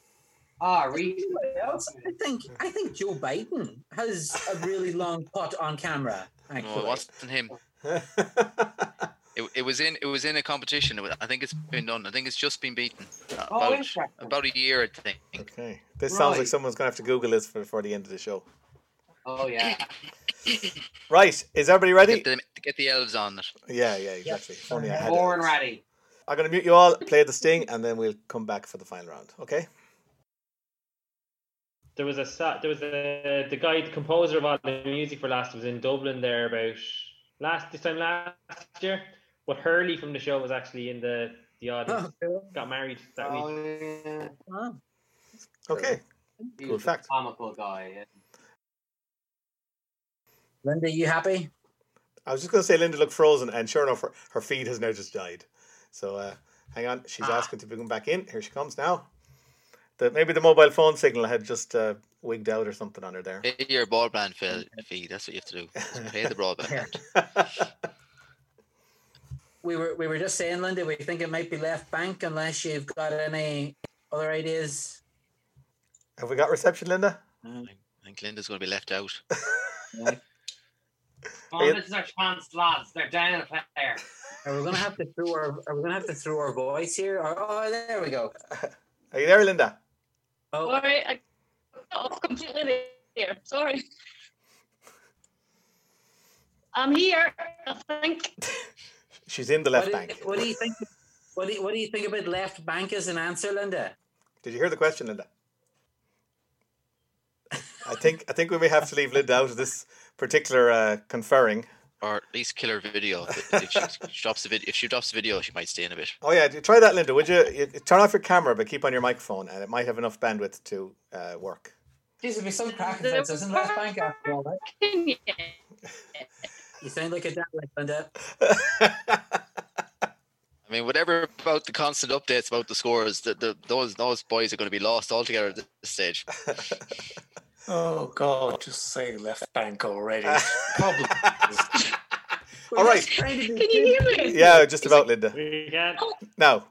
[SPEAKER 2] Ah, re-
[SPEAKER 7] I think I think Joe Biden has a really long pot on camera.
[SPEAKER 3] No,
[SPEAKER 7] Actually,
[SPEAKER 3] it wasn't him. It, it was in it was in a competition. It was- I think it's been done. I think it's just been beaten.
[SPEAKER 2] Oh,
[SPEAKER 3] About,
[SPEAKER 2] interesting.
[SPEAKER 3] about a year, I think.
[SPEAKER 1] Okay. This sounds like
[SPEAKER 3] Right.
[SPEAKER 1] someone's going to have to Google this for, for the end of the show.
[SPEAKER 2] Oh yeah.
[SPEAKER 1] Right. Is everybody ready?
[SPEAKER 3] Get the, get the elves on it.
[SPEAKER 1] Yeah, yeah, exactly. If only I had
[SPEAKER 2] Born ready.
[SPEAKER 1] I'm going to mute you all, play the sting, and then we'll come back for the final round. Okay?
[SPEAKER 6] There was a sa- there was a the guy, the composer of all the music for last was in Dublin there about last this time last year. But Hurley from the show was actually in the the
[SPEAKER 7] Oh,
[SPEAKER 6] audience. Got married that
[SPEAKER 1] Oh,
[SPEAKER 2] Oh, week.
[SPEAKER 1] Okay.
[SPEAKER 2] He was a comical guy. Yeah.
[SPEAKER 7] Linda, you happy?
[SPEAKER 1] I was just going to say Linda looked frozen, and sure enough, her, her feed has now just died. So uh, hang on, she's asking to come back in. Here she comes now. The, maybe the mobile phone signal had just uh, wigged out or something on her there.
[SPEAKER 3] Pay your broadband fee. fee, That's what you have to do. Just Pay the broadband.
[SPEAKER 7] We were we were just saying, Linda, we think it might be left bank unless you've got any other ideas.
[SPEAKER 1] Have we got reception, Linda?
[SPEAKER 3] I think Linda's going to be left out.
[SPEAKER 2] Oh, this is our chance, lads. They're down a player.
[SPEAKER 7] Are we gonna have to throw our are we gonna have to throw our voice here? Or, oh there we go.
[SPEAKER 1] Are you there, Linda?
[SPEAKER 7] Oh
[SPEAKER 5] Sorry, I got off completely there. Sorry. I'm here, I think.
[SPEAKER 1] She's in the
[SPEAKER 7] what
[SPEAKER 1] left
[SPEAKER 7] do,
[SPEAKER 1] bank.
[SPEAKER 7] what do you think what do you, what do you think about left bank as an answer, Linda?
[SPEAKER 1] Did you hear the question, Linda? I think I think we may have to leave Linda out of this particular uh, conferring.
[SPEAKER 3] Or at least kill her video. If if she drops the video, if she drops the video, she might stay in a bit.
[SPEAKER 1] Oh yeah, try that, Linda. Would you, you turn off your camera but keep on your microphone, and it might have enough bandwidth to uh, work.
[SPEAKER 7] Geez, it'd be some crack offense, isn't left bank after all that? You sound like a dad like Linda.
[SPEAKER 3] I mean, whatever about the constant updates about the scores, the, the, those those boys are going to be lost altogether at this stage.
[SPEAKER 4] Oh God, just say left bank already.
[SPEAKER 1] Problem.
[SPEAKER 4] We're
[SPEAKER 1] All right.
[SPEAKER 4] just trying to be
[SPEAKER 5] Can you hear me?
[SPEAKER 1] Yeah, just about Linda. Now,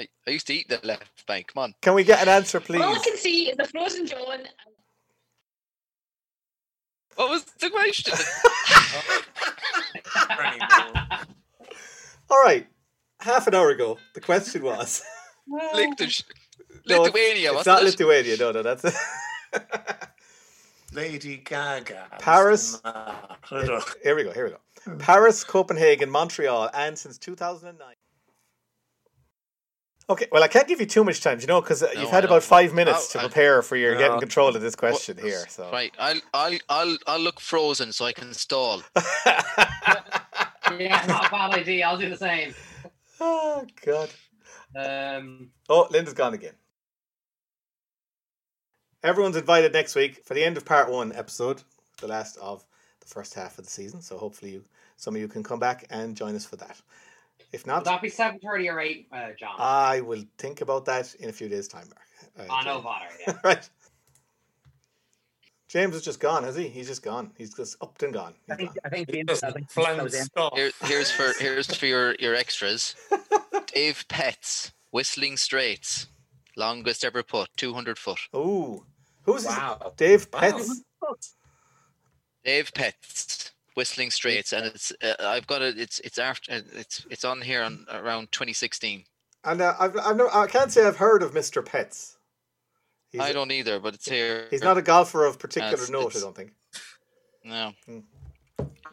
[SPEAKER 3] I, I used to eat the left bank. Come on.
[SPEAKER 1] can we get an answer, please?
[SPEAKER 5] All I can see is the frozen John.
[SPEAKER 3] What was the question?
[SPEAKER 1] All right. Half an hour ago, the question was.
[SPEAKER 3] Lichtenstein.
[SPEAKER 1] No,
[SPEAKER 3] Lithuania,
[SPEAKER 1] it's
[SPEAKER 3] wasn't
[SPEAKER 1] not
[SPEAKER 3] it?
[SPEAKER 1] Lithuania. No, no, that's
[SPEAKER 4] Lady Gaga.
[SPEAKER 1] Paris.
[SPEAKER 4] Ah, I don't know.
[SPEAKER 1] Here we go. Here we go. Paris, Copenhagen, Montreal, and since 2009. Okay, well, I can't give you too much time, you know, because
[SPEAKER 3] No,
[SPEAKER 1] you've
[SPEAKER 3] I
[SPEAKER 1] had
[SPEAKER 3] know.
[SPEAKER 1] about five minutes
[SPEAKER 3] I'll-
[SPEAKER 1] to
[SPEAKER 3] I'll-
[SPEAKER 1] prepare for your
[SPEAKER 4] No.
[SPEAKER 1] getting control of this question here. So,
[SPEAKER 3] Right, I'll I'll I'll I'll look frozen so I can stall.
[SPEAKER 2] yeah, not a bad idea. I'll do the same.
[SPEAKER 1] oh god.
[SPEAKER 2] Um,
[SPEAKER 1] Oh, Linda's gone again. Everyone's invited next week for the end of part one episode, the last of the first half of the season. So hopefully, you, some of you can come back and join us for that. If
[SPEAKER 2] would
[SPEAKER 1] not,
[SPEAKER 2] that be seven thirty or eight, uh, John?
[SPEAKER 3] Ah,
[SPEAKER 1] I will think about that in a few days' time. Mark. Uh,
[SPEAKER 2] on over. Ah, Yeah.
[SPEAKER 1] right. James is just gone, has he? He's just gone. He's just upped and gone. He's
[SPEAKER 7] I think
[SPEAKER 1] gone.
[SPEAKER 7] I think James
[SPEAKER 4] Just
[SPEAKER 7] I think that
[SPEAKER 4] flounced
[SPEAKER 7] was in.
[SPEAKER 4] off.
[SPEAKER 3] Here, here's for here's for your your extras. Dave Pets, Whistling Straits, longest ever put, two hundred foot.
[SPEAKER 1] Ooh. Who's this?
[SPEAKER 7] Wow.
[SPEAKER 1] Dave Pets.
[SPEAKER 3] Dave Pets, Whistling Straits, and it's uh, I've got it. It's it's after uh, it's it's on here on around 2016.
[SPEAKER 1] And uh, I've, I've no, I can't say I've heard of Mr. Pets. He's,
[SPEAKER 3] I don't either, but it's here.
[SPEAKER 1] he's not a golfer of particular
[SPEAKER 3] That's-
[SPEAKER 1] note, I
[SPEAKER 3] it's-
[SPEAKER 1] don't think.
[SPEAKER 3] no.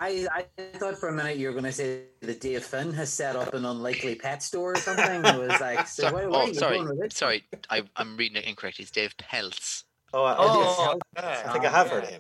[SPEAKER 7] I, I thought for a minute you were going to say that Dave Finn has set up an unlikely pet store or something. I was like, so
[SPEAKER 3] Sorry.
[SPEAKER 7] where, where are
[SPEAKER 3] oh,
[SPEAKER 7] you
[SPEAKER 3] sorry,
[SPEAKER 7] going with this?
[SPEAKER 3] sorry. I, I'm reading it incorrect. It's Dave Peltz.
[SPEAKER 1] Oh, I,
[SPEAKER 7] Oh,
[SPEAKER 4] yeah.
[SPEAKER 1] I think I have heard of
[SPEAKER 4] yeah.
[SPEAKER 1] him.